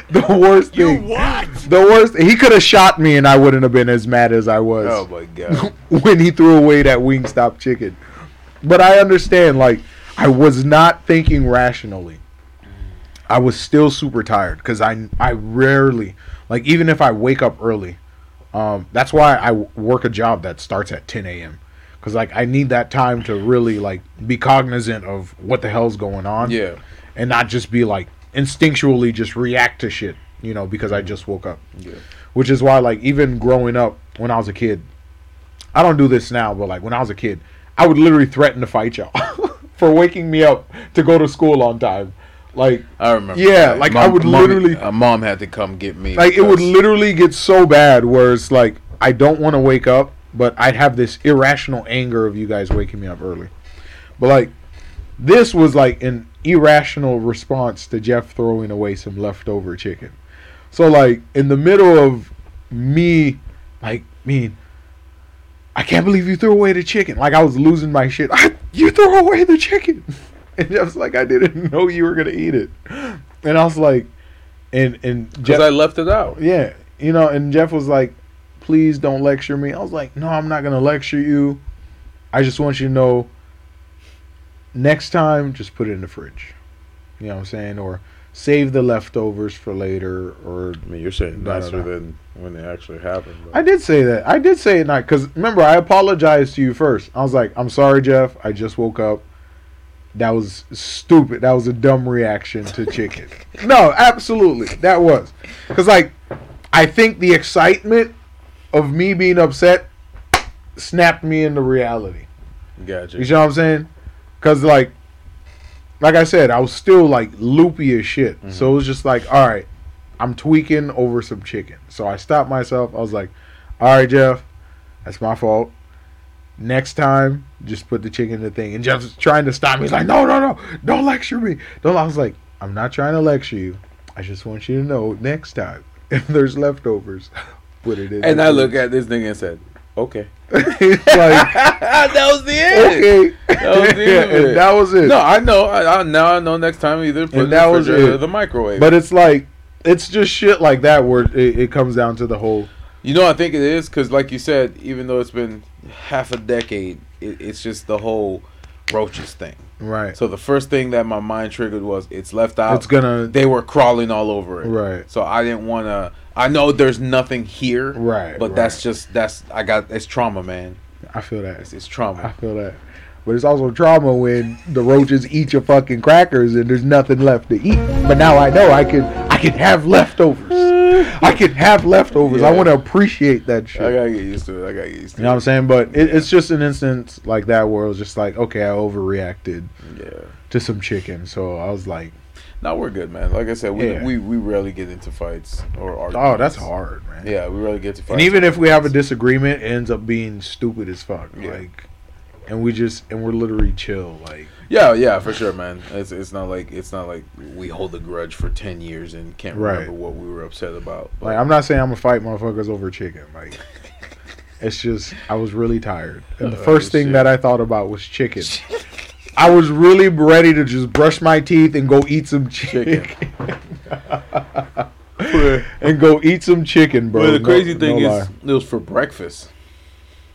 Speaker 1: the worst thing. The worst. He could have shot me, and I wouldn't have been as mad as I was
Speaker 2: Oh my god.
Speaker 1: when he threw away that Wingstop chicken. But I understand. Like I was not thinking rationally. I was still super tired because I I rarely like even if I wake up early. Um, that's why I w- work a job that starts at 10 a.m. Because like I need that time to really like be cognizant of what the hell's going on
Speaker 2: yeah.
Speaker 1: and not just be like instinctually just react to shit, you know, because I just woke up.
Speaker 2: Yeah.
Speaker 1: Which is why like even growing up when I was a kid, I don't do this now, but like when I was a kid, I would literally threaten to fight y'all for waking me up to go to school on time. Like
Speaker 2: I remember.
Speaker 1: Yeah, like, I would literally-
Speaker 2: A uh, mom had to come get me.
Speaker 1: like it would
Speaker 2: because-
Speaker 1: literally get so bad where it's like I don't want to wake up, but I'd have this irrational anger of you guys waking me up early. But like this was like an irrational response to Jeff throwing away some leftover chicken. So like in the middle of me like mean I can't believe you threw away the chicken. Like I was losing my shit. you threw away the chicken. And Jeff's like I didn't know you were going to eat it. And I was like and and
Speaker 2: Because I left it out.
Speaker 1: yeah, you know, and Jeff was like, "Please don't lecture me." I was like, "No, I'm not gonna lecture you. I just want you to know. Next time, just put it in the fridge. You know what I'm saying? Or save the leftovers for later. Or
Speaker 2: I mean, you're saying
Speaker 1: No, no,
Speaker 2: nicer
Speaker 1: no.
Speaker 2: than when it actually happened. but-
Speaker 1: I did say that. I did say it not because remember I apologized to you first. I was like, "I'm sorry, Jeff. I just woke up." That was stupid. That was a dumb reaction to chicken. no, absolutely. That was. Because, like, I think the excitement of me being upset snapped me into reality.
Speaker 2: Gotcha.
Speaker 1: You see what I'm saying? Because like, like I said, I was still like loopy as shit.
Speaker 2: Mm-hmm.
Speaker 1: So it was just like, all right, I'm tweaking over some chicken. So I stopped myself. I was like, all right, Jeff, that's my fault. Next time, just put the chicken in the thing. And Jeff's trying to stop me. He's like, no, no, no, don't lecture me. Don't. I was like, I'm not trying to lecture you. I just want you to know next time if there's leftovers, put it in.
Speaker 2: and
Speaker 1: the
Speaker 2: I look
Speaker 1: fridge."
Speaker 2: at this thing and said, okay.
Speaker 1: It's like,
Speaker 2: that was the end.
Speaker 1: okay,
Speaker 2: That was the end of
Speaker 1: And
Speaker 2: it.
Speaker 1: that was it.
Speaker 2: No, I know. I, I now I know. Next time, either put it in
Speaker 1: that
Speaker 2: the
Speaker 1: was
Speaker 2: refrigerator
Speaker 1: it.
Speaker 2: or the microwave.
Speaker 1: But it's like it's just shit like that where it, it comes down to the whole.
Speaker 2: you know, I think it is because, like you said, even though it's been half a decade, it, it's just the whole roaches thing.
Speaker 1: Right.
Speaker 2: So the first thing that my mind triggered was it's left out.
Speaker 1: it's gonna.
Speaker 2: they were crawling all over it.
Speaker 1: right.
Speaker 2: So I didn't want to. I know there's nothing here.
Speaker 1: Right.
Speaker 2: But
Speaker 1: right.
Speaker 2: that's just that's I got it's trauma, man.
Speaker 1: I feel that.
Speaker 2: It's, it's
Speaker 1: I
Speaker 2: trauma.
Speaker 1: feel that. But it's also trauma when the roaches eat your fucking crackers and there's nothing left to eat. But now I know I can I can have leftovers. I can have leftovers. I
Speaker 2: Yeah.
Speaker 1: want to appreciate that shit.
Speaker 2: I gotta get used to it. I gotta get used to
Speaker 1: You know what I'm saying? But it, it's just an instance like that where it was just like, okay, I overreacted
Speaker 2: it. Yeah.
Speaker 1: to some chicken, so I was like,
Speaker 2: No, we're good, man. Like I said, we
Speaker 1: Yeah.
Speaker 2: we, we rarely get into fights or arguments.
Speaker 1: oh, that's hard, man.
Speaker 2: Yeah, we rarely get to fights.
Speaker 1: And even if we have a disagreement, it ends up being stupid as fuck.
Speaker 2: Yeah.
Speaker 1: Like, and we just and we're literally chill. Like,
Speaker 2: Yeah, yeah, for sure, man. It's it's not like it's not like we hold a grudge for ten years and can't
Speaker 1: Right.
Speaker 2: remember what we were upset about.
Speaker 1: like I'm not saying I'm gonna fight motherfuckers over chicken. Like, it's just I was really tired, and the
Speaker 2: Oh,
Speaker 1: first thing
Speaker 2: shit.
Speaker 1: that I thought about was chicken. I was really ready to just brush my teeth and go eat some chicken.
Speaker 2: Chicken.
Speaker 1: and go eat some chicken, bro.
Speaker 2: Well, the
Speaker 1: No-
Speaker 2: crazy thing
Speaker 1: no lie.
Speaker 2: is, it was for breakfast.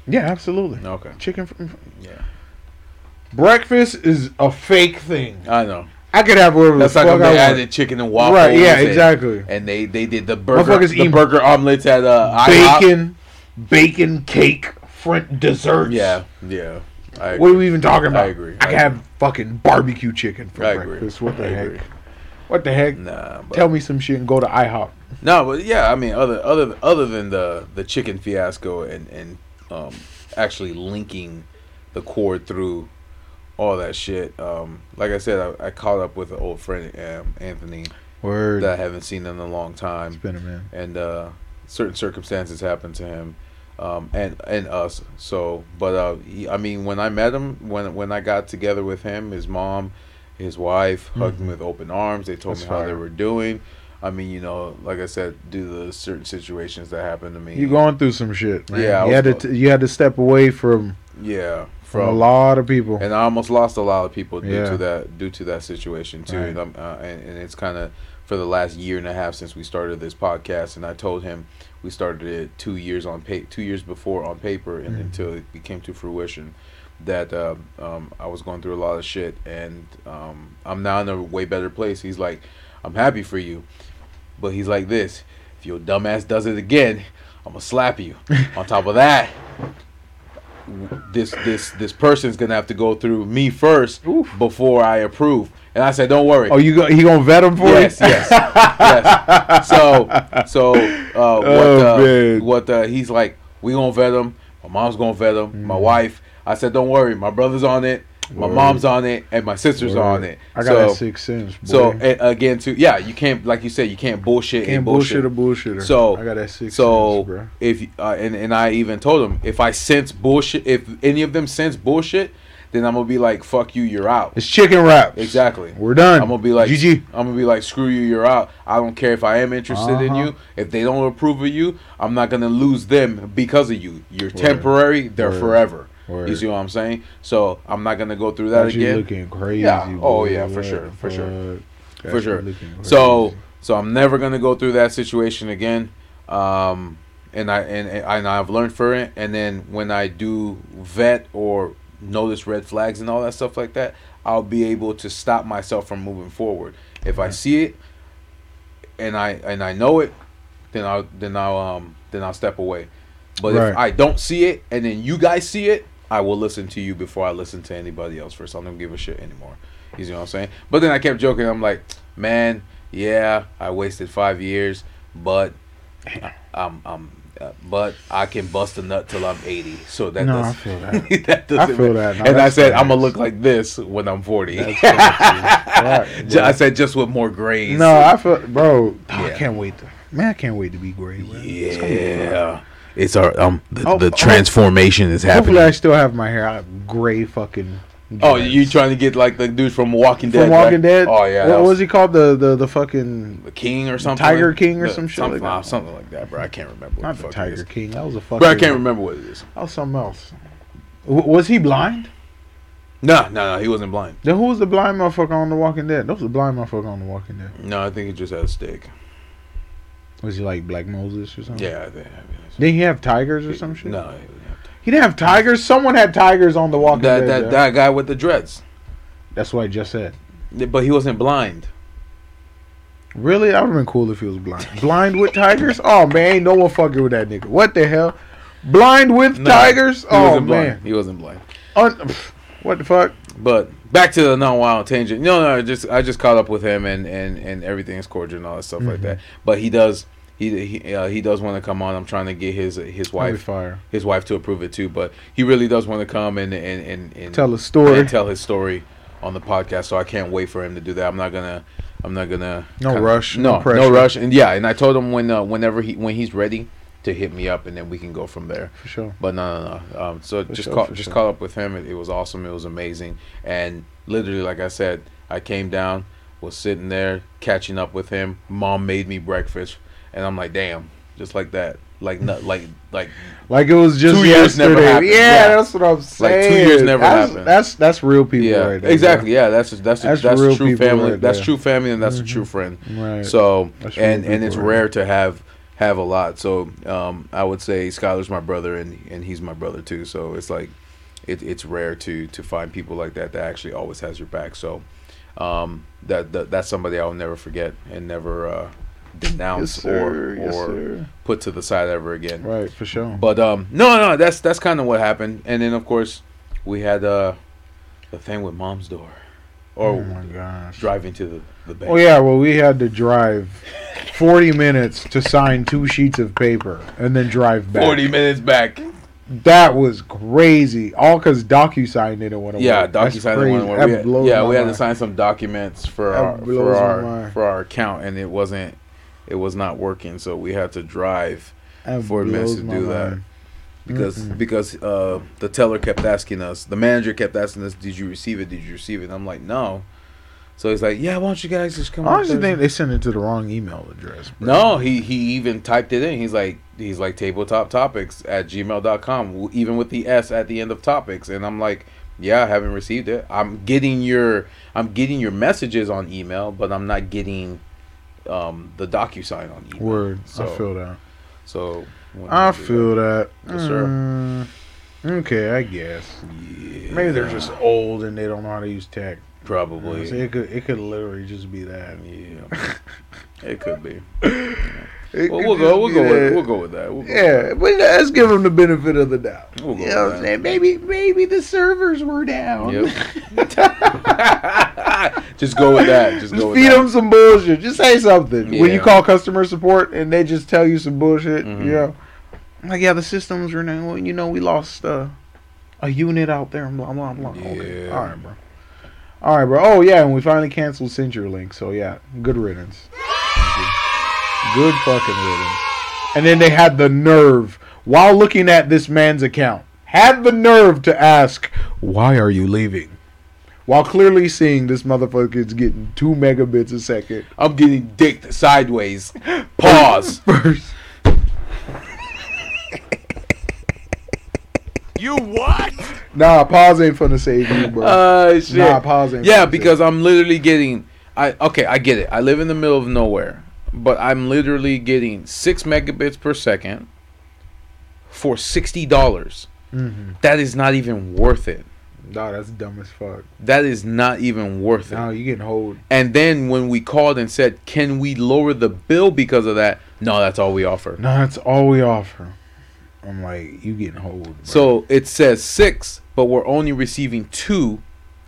Speaker 1: yeah, absolutely.
Speaker 2: Okay,
Speaker 1: Chicken. From,
Speaker 2: Yeah.
Speaker 1: Breakfast is a fake thing.
Speaker 2: I know.
Speaker 1: I could have whatever
Speaker 2: That's
Speaker 1: the
Speaker 2: like
Speaker 1: fuck
Speaker 2: when they
Speaker 1: I want.
Speaker 2: added chicken and waffles.
Speaker 1: Right? Yeah,
Speaker 2: and-
Speaker 1: exactly.
Speaker 2: And they they did the burger
Speaker 1: Motherfuckers
Speaker 2: the
Speaker 1: eat
Speaker 2: burger omelets at uh IHOP.
Speaker 1: Bacon, bacon cake, French desserts.
Speaker 2: Yeah, yeah. I agree.
Speaker 1: What are we even talking about?
Speaker 2: I agree.
Speaker 1: I can
Speaker 2: I
Speaker 1: have fucking barbecue chicken for
Speaker 2: I agree.
Speaker 1: breakfast. What the
Speaker 2: I
Speaker 1: heck?
Speaker 2: agree.
Speaker 1: What the heck?
Speaker 2: Nah, but
Speaker 1: Tell me some shit and go to IHOP.
Speaker 2: No, but yeah, I mean, other other other than the the chicken fiasco and and um, actually linking the cord through all that shit. Um, like I said, I, I caught up with an old friend, um, Anthony,
Speaker 1: Word.
Speaker 2: that I haven't seen in a long time,
Speaker 1: Spinner man.
Speaker 2: and uh, certain circumstances happened to him, um, and and us. So, but uh, he, I mean, when I met him, when when I got together with him, his mom, his wife hugged me with open arms. They told
Speaker 1: Mm-hmm. That's
Speaker 2: me how they
Speaker 1: fire.
Speaker 2: were doing. I mean, you know, like I said, due to the certain situations that happened to me,
Speaker 1: You going through some shit, man.
Speaker 2: Yeah, I
Speaker 1: you
Speaker 2: was
Speaker 1: had to.
Speaker 2: close.
Speaker 1: t- you had to step away from
Speaker 2: yeah,
Speaker 1: from a
Speaker 2: from
Speaker 1: lot of people.
Speaker 2: and I almost lost a lot of people due
Speaker 1: Yeah.
Speaker 2: to that due to that situation too.
Speaker 1: Right.
Speaker 2: And, I'm, uh, and, and it's kind of for the last year and a half since we started this podcast. And I told him we started it two years on pa- two years before on paper, and
Speaker 1: Mhm.
Speaker 2: until it became to fruition, that um, um, I was going through a lot of shit, and um, I'm now in a way better place. He's like, I'm happy for you, but he's like this. If your dumbass does it again, I'm gonna slap you. On top of that, this this this person's gonna have to go through me first
Speaker 1: Oof.
Speaker 2: before I approve. And I said, don't worry.
Speaker 1: Oh, you go, he gonna vet him for
Speaker 2: yes,
Speaker 1: it?
Speaker 2: yes, yes. So so uh, what
Speaker 1: Oh,
Speaker 2: the,
Speaker 1: man.
Speaker 2: what the, he's like? We gonna vet him. My mom's gonna vet him. My wife. I said, don't worry. My brother's on it. My
Speaker 1: Mm-hmm. Word.
Speaker 2: mom's on it, and my sister's on it.
Speaker 1: I got
Speaker 2: so,
Speaker 1: that sixth sense. Boy.
Speaker 2: So a- again, too, yeah, you can't like you said, you can't bullshit.
Speaker 1: can't
Speaker 2: and
Speaker 1: bullshit a bullshitter.
Speaker 2: So-
Speaker 1: I got that sixth
Speaker 2: so
Speaker 1: sense, bro.
Speaker 2: if uh, and and I even told him if I sense bullshit, if any of them sense bullshit, then I'm gonna be like, "Fuck you, you're out."
Speaker 1: It's chicken wraps.
Speaker 2: Exactly.
Speaker 1: We're done.
Speaker 2: I'm gonna be like,
Speaker 1: GG.
Speaker 2: I'm gonna be like, "Screw you, you're out." I don't care if I am interested in
Speaker 1: Uh-huh.
Speaker 2: you. If they don't approve of you, I'm not gonna lose them because of you. You're temporary. They're
Speaker 1: Word.
Speaker 2: forever. You
Speaker 1: Word.
Speaker 2: see what I'm saying? So I'm not gonna go through that
Speaker 1: Got you
Speaker 2: again.
Speaker 1: looking crazy.
Speaker 2: Yeah. Oh,
Speaker 1: boy.
Speaker 2: yeah, for
Speaker 1: What
Speaker 2: sure,
Speaker 1: the
Speaker 2: for sure.
Speaker 1: fuck?
Speaker 2: For
Speaker 1: Got you
Speaker 2: sure.
Speaker 1: looking crazy.
Speaker 2: So so I'm never gonna go through that situation again. Um, and I and, and I've learned for it. And then when I do vet or notice red flags and all that stuff like that, I'll be able to stop myself from moving forward. If I see it, and I and I know it, then I'll then I'll um then I'll step away. But
Speaker 1: Right.
Speaker 2: if I don't see it, and then you guys see it, I will listen to you before I listen to anybody else first. I don't give a shit anymore. You see what I'm saying? But then I kept joking. I'm like, man, yeah, I wasted five years, but I'm I'm. Uh, but I can bust a nut till I'm 80, so that
Speaker 1: No, I
Speaker 2: doesn't.
Speaker 1: feel that.
Speaker 2: that
Speaker 1: I
Speaker 2: doesn't.
Speaker 1: feel that. No,
Speaker 2: and I
Speaker 1: that's
Speaker 2: said I'm
Speaker 1: facts.
Speaker 2: gonna look like this when I'm 40.
Speaker 1: That's crazy.
Speaker 2: Ju- I
Speaker 1: Right,
Speaker 2: said just with more
Speaker 1: bro.
Speaker 2: grays.
Speaker 1: No, I feel, bro. I
Speaker 2: Yeah.
Speaker 1: can't wait to, man. I can't wait to be great. bro. It's gonna be fun.
Speaker 2: Yeah. It's our um the,
Speaker 1: Oh,
Speaker 2: the
Speaker 1: oh.
Speaker 2: transformation is
Speaker 1: Hopefully, I
Speaker 2: happening.
Speaker 1: still have my hair out gray. Fucking.
Speaker 2: Oh,
Speaker 1: dreads.
Speaker 2: you trying to get like the dude from Walking
Speaker 1: from
Speaker 2: Dead?
Speaker 1: Walking
Speaker 2: right?
Speaker 1: Dead?
Speaker 2: Oh yeah.
Speaker 1: What
Speaker 2: that
Speaker 1: was, he called? The the the fucking
Speaker 2: The King or something?
Speaker 1: Tiger King or
Speaker 2: The-
Speaker 1: some shit
Speaker 2: Something,
Speaker 1: like that?
Speaker 2: uh, something like that, bro. I can't remember. What
Speaker 1: not
Speaker 2: the
Speaker 1: the
Speaker 2: fuck it
Speaker 1: Tiger
Speaker 2: is.
Speaker 1: King. That was a fucking.
Speaker 2: Bro, I can't remember what it is.
Speaker 1: That was something else. W- was he blind?
Speaker 2: No, no, no. He wasn't blind.
Speaker 1: Then who was the blind motherfucker on The Walking Dead? That was the blind motherfucker on The Walking Dead.
Speaker 2: No, I think he just had a stick.
Speaker 1: Was he like Black Moses or something?
Speaker 2: Yeah, I think. I mean,
Speaker 1: Didn't he have tigers Oh. or some shit?
Speaker 2: No, he didn't have
Speaker 1: He didn't have tigers. Someone had tigers on the Walking
Speaker 2: That
Speaker 1: Dead.
Speaker 2: that
Speaker 1: Jeff.
Speaker 2: that guy with the dreads,
Speaker 1: That's what I just said.
Speaker 2: but he wasn't blind.
Speaker 1: Really, that would have been cool if he was blind. Blind with tigers? Oh man, ain't no one fucking with that nigga. What the hell? Blind with
Speaker 2: No,
Speaker 1: tigers?
Speaker 2: He
Speaker 1: Oh
Speaker 2: wasn't blind.
Speaker 1: man,
Speaker 2: he wasn't blind.
Speaker 1: Un- pff, what the fuck?
Speaker 2: But back to the non-wild tangent. No, no, I just I just caught up with him and and and everything is cordial and all that stuff like
Speaker 1: Mm-hmm.
Speaker 2: that. But he does he he, uh, he does want to come on. I'm trying to get his his
Speaker 1: Holy
Speaker 2: wife
Speaker 1: fire.
Speaker 2: his wife to approve it too. But he really does want to come and and and, and
Speaker 1: Tell a story.
Speaker 2: and tell his story on the podcast. So I can't wait for him to do that. I'm not gonna. I'm not gonna.
Speaker 1: No
Speaker 2: kinda-
Speaker 1: rush, no
Speaker 2: No, no,
Speaker 1: pressure.
Speaker 2: rush. And yeah, and I told him when uh, whenever he when he's ready to hit me up, and then we can go from there.
Speaker 1: For sure.
Speaker 2: But no, no, no. Um, so just
Speaker 1: sure,
Speaker 2: call,
Speaker 1: for
Speaker 2: just
Speaker 1: sure.
Speaker 2: caught up with him. It, it was awesome. It was amazing. And literally, like I said, I came down, was sitting there catching up with him. Mom made me breakfast, and I'm like, damn, just like that, like not like like
Speaker 1: Like it was just
Speaker 2: Two years
Speaker 1: yesterday.
Speaker 2: never happened.
Speaker 1: yeah,
Speaker 2: Yeah.
Speaker 1: that's what I'm saying.
Speaker 2: years never
Speaker 1: that's,
Speaker 2: happened.
Speaker 1: That's that's real people
Speaker 2: yeah,
Speaker 1: right there.
Speaker 2: exactly. Yeah, that's that's that's,
Speaker 1: That's
Speaker 2: that's
Speaker 1: real
Speaker 2: true
Speaker 1: people Mm-hmm.
Speaker 2: family.
Speaker 1: right
Speaker 2: that's
Speaker 1: there.
Speaker 2: true family, and that's a true friend.
Speaker 1: Right.
Speaker 2: So
Speaker 1: That's real
Speaker 2: and and
Speaker 1: people
Speaker 2: it's
Speaker 1: right
Speaker 2: rare to have have a lot. So um, I would say Skylar's my brother, and and he's my brother too. So it's like it, it's rare to to find people like that that actually always has your back. So um, that, that that's somebody I'll never forget and never uh, denounce
Speaker 1: yes, sir.
Speaker 2: or
Speaker 1: yes,
Speaker 2: or
Speaker 1: sir.
Speaker 2: put to the side ever again.
Speaker 1: Right, for sure.
Speaker 2: But um, no, no, that's that's kind of what happened. And then of course we had uh, the thing with mom's door, or
Speaker 1: oh my gosh.
Speaker 2: driving to the the bank.
Speaker 1: Oh yeah, well we had to drive 40 minutes to sign two sheets of paper and then drive back.
Speaker 2: Forty minutes back.
Speaker 1: That was crazy. All cuz DocuSign didn't want to
Speaker 2: Yeah,
Speaker 1: work. That's
Speaker 2: docu signed the one
Speaker 1: crazy.
Speaker 2: where
Speaker 1: That
Speaker 2: we had,
Speaker 1: blows
Speaker 2: yeah
Speaker 1: my
Speaker 2: we had to
Speaker 1: mind.
Speaker 2: sign some documents for
Speaker 1: That
Speaker 2: our for
Speaker 1: blows my
Speaker 2: our
Speaker 1: mind.
Speaker 2: for our account, and it wasn't it was not working, so we had to drive
Speaker 1: That
Speaker 2: Ford minutes
Speaker 1: blows
Speaker 2: to
Speaker 1: my
Speaker 2: do that.
Speaker 1: mind.
Speaker 2: because because uh, the teller kept asking us, the manager kept asking us, "Did you receive it? Did you receive it?" And I'm like, "No." So he's like, "Yeah, why don't you guys just come?"
Speaker 1: I
Speaker 2: on
Speaker 1: honestly
Speaker 2: Thursday?"
Speaker 1: think they sent it to the wrong email address. bro.
Speaker 2: No, he he even typed it in. He's like he's like tabletop topics at gmail.com, w- even with the S at the end of topics. And I'm like, yeah, I haven't received it. I'm getting your I'm getting your messages on email, but I'm not getting um the DocuSign on email.
Speaker 1: Word.
Speaker 2: So,
Speaker 1: I feel that.
Speaker 2: so when
Speaker 1: I
Speaker 2: do
Speaker 1: feel that.
Speaker 2: Yes, sir.
Speaker 1: Mm, okay, I guess.
Speaker 2: that-
Speaker 1: Maybe they're
Speaker 2: Yeah,
Speaker 1: just old and they don't know how to use tech.
Speaker 2: probably
Speaker 1: So it could it could literally just be that.
Speaker 2: yeah. It could be.
Speaker 1: It
Speaker 2: Well,
Speaker 1: could
Speaker 2: we'll
Speaker 1: just
Speaker 2: go. We'll
Speaker 1: be
Speaker 2: go.
Speaker 1: that.
Speaker 2: With, we'll go with that. We'll go with that.
Speaker 1: Yeah, but let's give them the benefit of the doubt.
Speaker 2: We'll go
Speaker 1: you know
Speaker 2: with
Speaker 1: what I'm
Speaker 2: that.
Speaker 1: saying? Maybe maybe the servers were down.
Speaker 2: Yep. just go with that. Just,
Speaker 1: Just
Speaker 2: go with
Speaker 1: feed
Speaker 2: that.
Speaker 1: them some bullshit. Just say something. When
Speaker 2: Yeah.
Speaker 1: you call customer support and they just tell you some bullshit,
Speaker 2: Mhm.
Speaker 1: you know, like yeah, the systems were now. Well, you know, we lost uh, a unit out there. and Blah blah blah. Okay,
Speaker 2: Yeah.
Speaker 1: all right, bro. All right, bro. Oh yeah, and we finally canceled CenturyLink. So yeah, good riddance. Good fucking riddance. And then they had the nerve while looking at this man's account. Had the nerve to ask, "Why are you leaving?" While clearly seeing this motherfucker is getting two megabits a second.
Speaker 2: I'm getting dicked sideways. Pause.
Speaker 1: First,
Speaker 3: You what?
Speaker 1: nah, pause ain't finna save you, bro.
Speaker 2: Uh, shit.
Speaker 1: nah, pause ain't.
Speaker 2: yeah,
Speaker 1: finna
Speaker 2: because I'm literally getting. I okay, I get it. I live in the middle of nowhere, but I'm literally getting six megabits per second for sixty dollars.
Speaker 1: save you. Mhm.
Speaker 2: That is not even worth it.
Speaker 1: Nah, that's dumb as fuck.
Speaker 2: That is not even worth it.
Speaker 1: Nah, you getting hold.
Speaker 2: And then when we called and said, "Can we lower the bill because of that?" No, that's all we offer.
Speaker 1: Nah, that's all we offer. I'm like, you getting hold. bro.
Speaker 2: So it says six, but we're only receiving two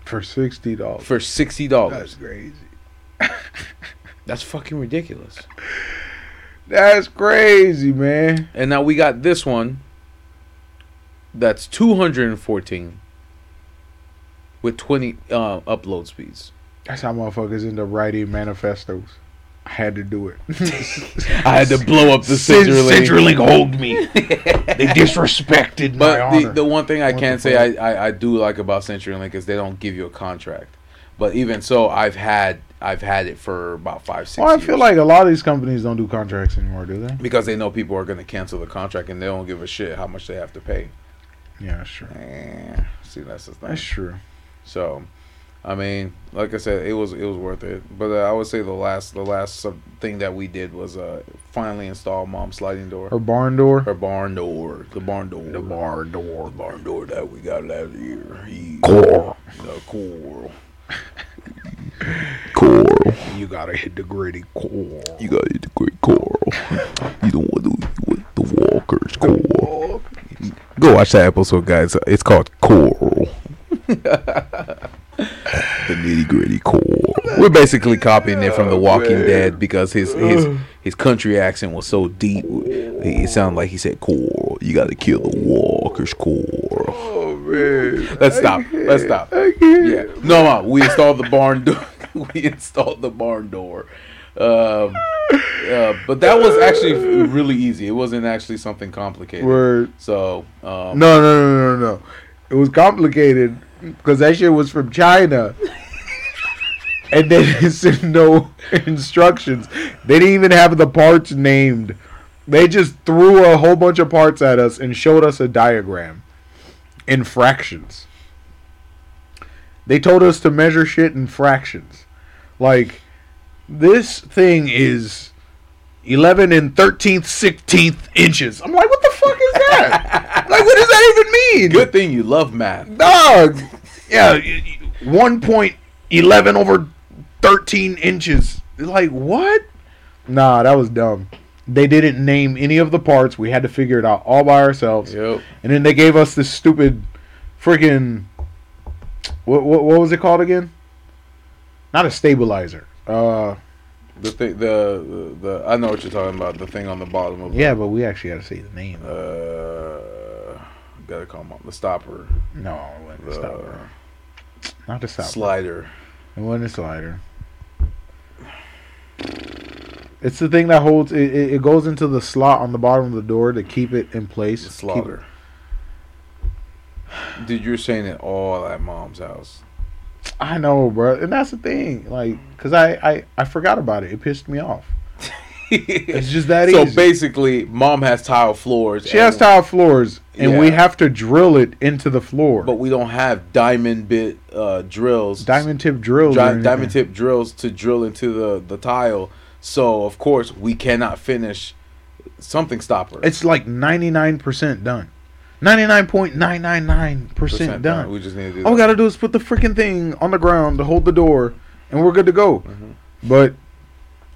Speaker 1: for sixty dollars,
Speaker 2: for sixty dollars.
Speaker 1: that's crazy.
Speaker 2: That's fucking ridiculous.
Speaker 1: That's crazy, man.
Speaker 2: And now we got this one that's 214 with 20 uh, upload speeds.
Speaker 1: That's how motherfuckers end up writing manifestos. I had to do it.
Speaker 2: I had to blow up the
Speaker 1: Cent-
Speaker 2: CenturyLink.
Speaker 1: hold me. they disrespected my
Speaker 2: But the,
Speaker 1: honor.
Speaker 2: the one thing I
Speaker 1: What
Speaker 2: can
Speaker 1: the
Speaker 2: say I, I, I do like about CenturyLink is they don't give you a contract. But even so, I've had I've had it for about five six.
Speaker 1: well, I
Speaker 2: years.
Speaker 1: feel like a lot of these companies don't do contracts anymore, do they?
Speaker 2: because they know people are going to cancel the contract and they don't give a shit how much they have to pay.
Speaker 1: Yeah, that's true.
Speaker 2: Eh, see, that's the thing.
Speaker 1: That's true.
Speaker 2: So, I mean, like I said, it was it was worth it. But uh, I would say the last the last sub- thing that we did was uh finally install mom's sliding door.
Speaker 1: Her barn door.
Speaker 2: Her barn door. The barn door. The
Speaker 1: barn
Speaker 2: door. The barn door that we got last year. He,
Speaker 1: Coral.
Speaker 2: The coral.
Speaker 1: Coral. You gotta hit the gritty coral.
Speaker 2: You got the great coral. you don't want the, want the walkers coral. Go watch that episode, guys. It's called Coral. the nitty gritty coral. We're basically copying it from The Walking Dead because his his his country accent was so deep. It sounded like he said coral. You got to kill the walkers coral.
Speaker 1: Oh man.
Speaker 2: Let's stop. Let's stop. Yeah. No, no, we installed the barn door. we installed the barn door. Um, uh, but that was actually really easy. It wasn't actually something complicated.
Speaker 1: Word.
Speaker 2: So, um,
Speaker 1: No, no, no, no, no. It was complicated because that shit was from China. and they didn't send no instructions. They didn't even have the parts named. They just threw a whole bunch of parts at us and showed us a diagram in fractions. They told us to measure shit in fractions. Like, this thing is 11 and 13th, 16th inches. I'm like, what the fuck is that? like, what does that even mean?
Speaker 2: good thing you love math.
Speaker 1: Dog. Yeah, y- y- 1.11 over 13 inches. Like, what? Nah, that was dumb. They didn't name any of the parts. We had to figure it out all by ourselves.
Speaker 2: Yep.
Speaker 1: And then they gave us this stupid freaking. What, what, what was it called again? Not a stabilizer. Uh,
Speaker 2: The thing, the, the, the, I know what you're talking about. The thing on the bottom of
Speaker 1: yeah, but we actually had to say the name.
Speaker 2: the, uh, gotta call mom. The stopper.
Speaker 1: No, it wasn't
Speaker 2: The
Speaker 1: a stopper. Not the stopper.
Speaker 2: slider.
Speaker 1: It wasn't a slider. It's the thing that holds it, it. It goes into the slot on the bottom of the door to keep it in place.
Speaker 2: The
Speaker 1: Keep-
Speaker 2: slaughter. Dude, you're saying it all at mom's house.
Speaker 1: I know, bro, and that's the thing. Like, cause I I, I forgot about it. It pissed me off. It's just that
Speaker 2: so
Speaker 1: easy.
Speaker 2: basically, mom has tile floors.
Speaker 1: she has
Speaker 2: and-
Speaker 1: tile floors, and we
Speaker 2: Yeah.
Speaker 1: have to drill it into the floor.
Speaker 2: but we don't have diamond bit uh, drills.
Speaker 1: diamond tip drills. or
Speaker 2: dri- diamond
Speaker 1: anything.
Speaker 2: tip drills to drill into the the tile. So of course we cannot finish something stopper.
Speaker 1: It's like ninety nine percent done. Ninety nine point nine nine nine percent done. Oh
Speaker 2: We just need to do.
Speaker 1: All we
Speaker 2: that.
Speaker 1: gotta do is put the freaking thing on the ground to hold the door, and we're good to go.
Speaker 2: Mhm.
Speaker 1: But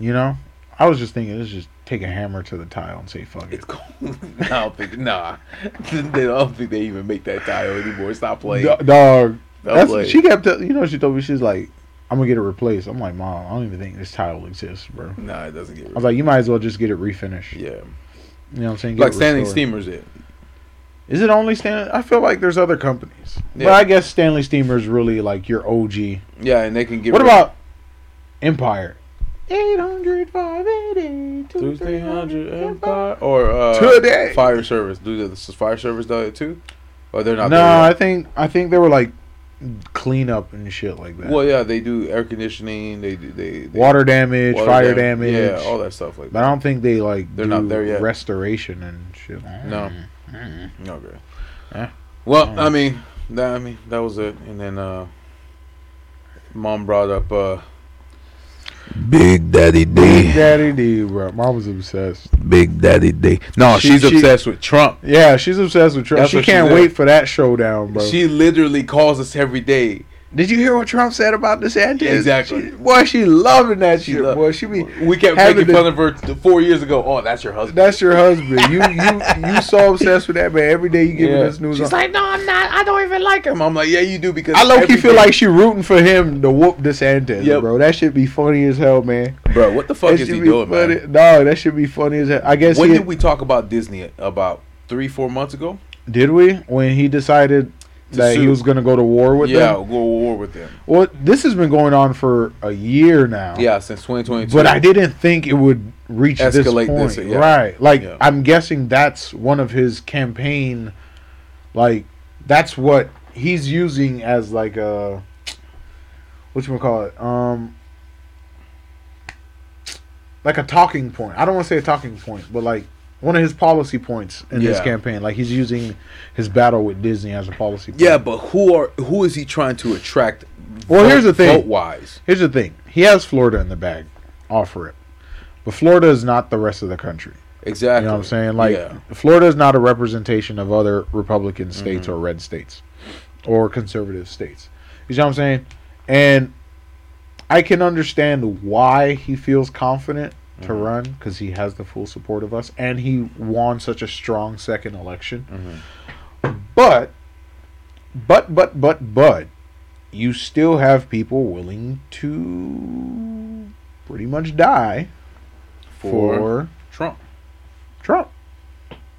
Speaker 1: you know, I was just thinking, let's just take a hammer to the tile and say fuck it.
Speaker 2: It's cool. I don't think nah. I don't think they even make that tile anymore. Stop playing.
Speaker 1: Do- dog.
Speaker 2: Don't
Speaker 1: That's
Speaker 2: play.
Speaker 1: she kept. Tell, you know, she told me she's like, I'm gonna get it replaced. I'm like, mom, I don't even think this tile exists, bro.
Speaker 2: Nah, it doesn't get.
Speaker 1: I
Speaker 2: Rid-
Speaker 1: was like, you might as well just get it refinished.
Speaker 2: yeah,
Speaker 1: You know what I'm saying? Get
Speaker 2: like
Speaker 1: it
Speaker 2: standing
Speaker 1: restored.
Speaker 2: steamers. It.
Speaker 1: Is it only Stanley? I feel like there's other companies, but
Speaker 2: Yeah.
Speaker 1: I guess Stanley Steamer's really like your OG.
Speaker 2: Yeah, and they can get.
Speaker 1: what
Speaker 2: rid-
Speaker 1: about Empire? 800 580
Speaker 2: Through 300 Empire or uh,
Speaker 1: Today.
Speaker 2: fire service? Do the s- fire service do it too? Or they're
Speaker 1: No,
Speaker 2: not. there yet?
Speaker 1: I think I think they were like cleanup and shit like that.
Speaker 2: Well, yeah, they do air conditioning. They do they, they
Speaker 1: Water damage,
Speaker 2: water
Speaker 1: fire
Speaker 2: dam-
Speaker 1: damage.
Speaker 2: Yeah, all that stuff like
Speaker 1: But
Speaker 2: that.
Speaker 1: I don't think they like
Speaker 2: They're not there yet.
Speaker 1: restoration and shit.
Speaker 2: No. Mm-hmm.
Speaker 1: Mm.
Speaker 2: Okay.
Speaker 1: Eh.
Speaker 2: Well,
Speaker 1: Mm.
Speaker 2: I mean, that I mean that was it, and then uh, mom brought up uh,
Speaker 4: Big Daddy
Speaker 1: Big
Speaker 4: D.
Speaker 1: Daddy D, bro. Mom was obsessed.
Speaker 4: Big Daddy D.
Speaker 2: no,
Speaker 1: She-
Speaker 2: she's
Speaker 1: she-
Speaker 2: obsessed with Trump.
Speaker 1: Yeah, she's obsessed with Trump.
Speaker 2: That's
Speaker 1: She
Speaker 2: what she
Speaker 1: can't
Speaker 2: did.
Speaker 1: wait for that showdown, bro.
Speaker 2: She literally calls us every day.
Speaker 1: Did you hear what Trump said about this ad?
Speaker 2: Exactly.
Speaker 1: She, boy, she loving that shit,
Speaker 2: lo-
Speaker 1: boy. She be
Speaker 2: We kept
Speaker 1: having
Speaker 2: making
Speaker 1: the-
Speaker 2: fun of her t- four years ago. Oh, that's your husband.
Speaker 1: That's your husband. You you you so obsessed with that man. Every day you give me
Speaker 2: Yeah.
Speaker 1: this news.
Speaker 2: She's
Speaker 1: on-
Speaker 2: like, no, I'm not. I don't even like him. I'm like, yeah, you do because
Speaker 1: I low key
Speaker 2: every
Speaker 1: feel
Speaker 2: day-
Speaker 1: like she rooting for him to whoop DeSantis,
Speaker 2: Yep.
Speaker 1: bro. That should be funny as hell, man.
Speaker 2: bro. What the fuck
Speaker 1: That
Speaker 2: is
Speaker 1: should
Speaker 2: he
Speaker 1: be
Speaker 2: doing,
Speaker 1: funny.
Speaker 2: man?
Speaker 1: No, that should be funny as hell. I guess
Speaker 2: When
Speaker 1: he,
Speaker 2: did we talk about Disney? About three, four months ago.
Speaker 1: did we when he decided
Speaker 2: To
Speaker 1: that he
Speaker 2: sue.
Speaker 1: was going to go to war with
Speaker 2: yeah,
Speaker 1: them.
Speaker 2: go to war with them.
Speaker 1: Well, this has been going on for a year now.
Speaker 2: Yeah, since 2022.
Speaker 1: But I didn't think it would reach this
Speaker 2: Escalate
Speaker 1: point,
Speaker 2: this, yeah.
Speaker 1: right? Like
Speaker 2: Yeah.
Speaker 1: I'm guessing that's one of his campaign. Like that's what he's using as like a what you call it, um, like a talking point. I don't want to say a talking point, but like one of his policy points in this
Speaker 2: Yeah.
Speaker 1: campaign. Like he's using his battle with Disney as a policy. Point.
Speaker 2: Yeah, but who are who is he trying to attract?
Speaker 1: Well, here's the thing.
Speaker 2: Vote wise,
Speaker 1: Here's the thing: he has Florida in the bag, offer it, but Florida is not the rest of the country.
Speaker 2: exactly.
Speaker 1: You know what I'm saying? Like
Speaker 2: yeah. Mm-hmm.
Speaker 1: Florida is not a representation of other Republican states or red states or conservative states. You know what I'm saying? And I can understand why he feels confident to
Speaker 2: Mm-hmm.
Speaker 1: run because he has the full support of us and he won such a strong second election.
Speaker 2: Mm-hmm.
Speaker 1: But, but, but, but, but, you still have people willing to pretty much die
Speaker 2: for,
Speaker 1: for
Speaker 2: Trump.
Speaker 1: Trump.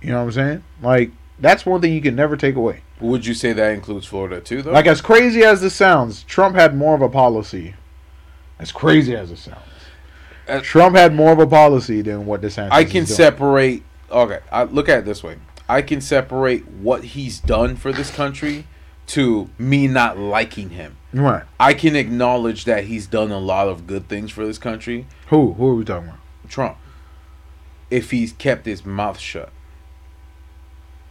Speaker 1: You know what I'm saying? Like that's one thing you can never take away.
Speaker 2: Would you say that includes Florida too, though?
Speaker 1: Like as crazy as this sounds, Trump had more of a policy. As crazy as it sounds,
Speaker 2: Uh,
Speaker 1: Trump had more of a policy than what DeSantis.
Speaker 2: I can
Speaker 1: is doing.
Speaker 2: separate. Okay, I look at it this way. I can separate what he's done for this country to me not liking him.
Speaker 1: Right.
Speaker 2: I can acknowledge that he's done a lot of good things for this country.
Speaker 1: Who? Who are we talking about?
Speaker 2: Trump, if he's kept his mouth shut,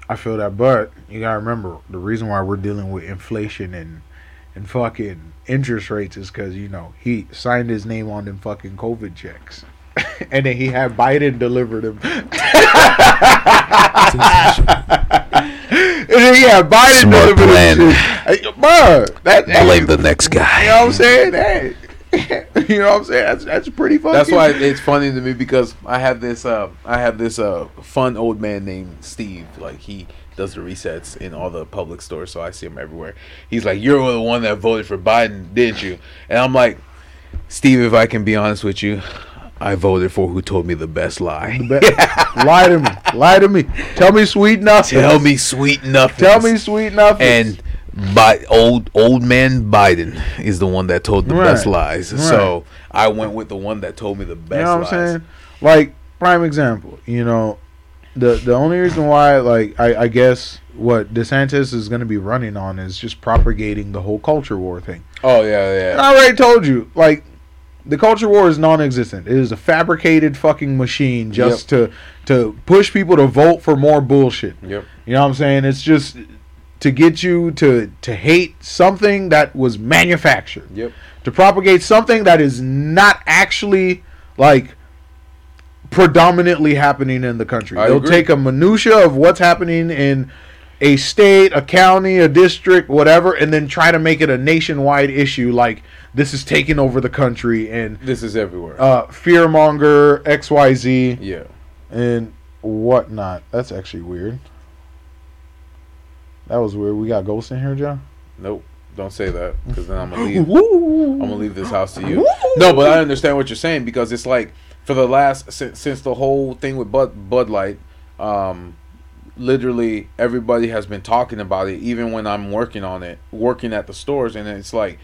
Speaker 1: I feel that, but you gotta remember the reason why we're dealing with inflation and and fucking interest rates is because you know he signed his name on them fucking COVID checks, and then he had Biden deliver them.
Speaker 3: Sensational.
Speaker 1: And then, yeah, Biden
Speaker 4: Smart
Speaker 1: delivered
Speaker 4: plan.
Speaker 1: them. shit. Hey, bro, that, that
Speaker 4: Blame the next
Speaker 1: You know what I'm
Speaker 4: guy.
Speaker 1: saying? Hey. you know what I'm saying? That's, that's pretty funny.
Speaker 2: That's why it's funny to me because I have this uh I have this uh fun old man named Steve. Like he does the resets in all the public stores, so I see him everywhere. He's like, You're the one that voted for Biden, didn't you? And I'm like, Steve, if I can be honest with you, I voted for who told me the best lie.
Speaker 1: But- lie to me. Lie to me. Tell me sweet nothing.
Speaker 2: Tell me sweet nothing.
Speaker 1: Tell me sweet nothing.
Speaker 2: and by old old man Biden is the one that told the
Speaker 1: Right.
Speaker 2: best lies. So I went with the one that told me the best
Speaker 1: you know what
Speaker 2: lies.
Speaker 1: I'm saying? Like prime example. You know, the the only reason why, like, I, I guess what DeSantis is going to be running on is just propagating the whole culture war thing.
Speaker 2: Oh yeah, yeah.
Speaker 1: I already told you, like, the culture war is non-existent. It is a fabricated fucking machine just to to push people to vote for more bullshit.
Speaker 2: Yep.
Speaker 1: You know what I'm saying? It's just to get you to to hate something that was manufactured.
Speaker 2: Yep.
Speaker 1: To propagate something that is not actually like predominantly happening in the country.
Speaker 2: I
Speaker 1: They'll
Speaker 2: agree.
Speaker 1: take a minutia of what's happening in a state, a county, a district, whatever, and then try to make it a nationwide issue like this is taking over the country and
Speaker 2: This is everywhere.
Speaker 1: uh fearmonger XYZ
Speaker 2: yeah.
Speaker 1: and whatnot. That's actually weird. That was weird. We got ghosts in here, John.
Speaker 2: Nope. Don't say that because then I'm gonna leave. I'm
Speaker 1: Woo!
Speaker 2: gonna leave this house to you. No, but I understand what you're saying because it's like for the last since, since the whole thing with Bud Bud Light, um, literally everybody has been talking about it. Even when I'm working on it, working at the stores, and it's like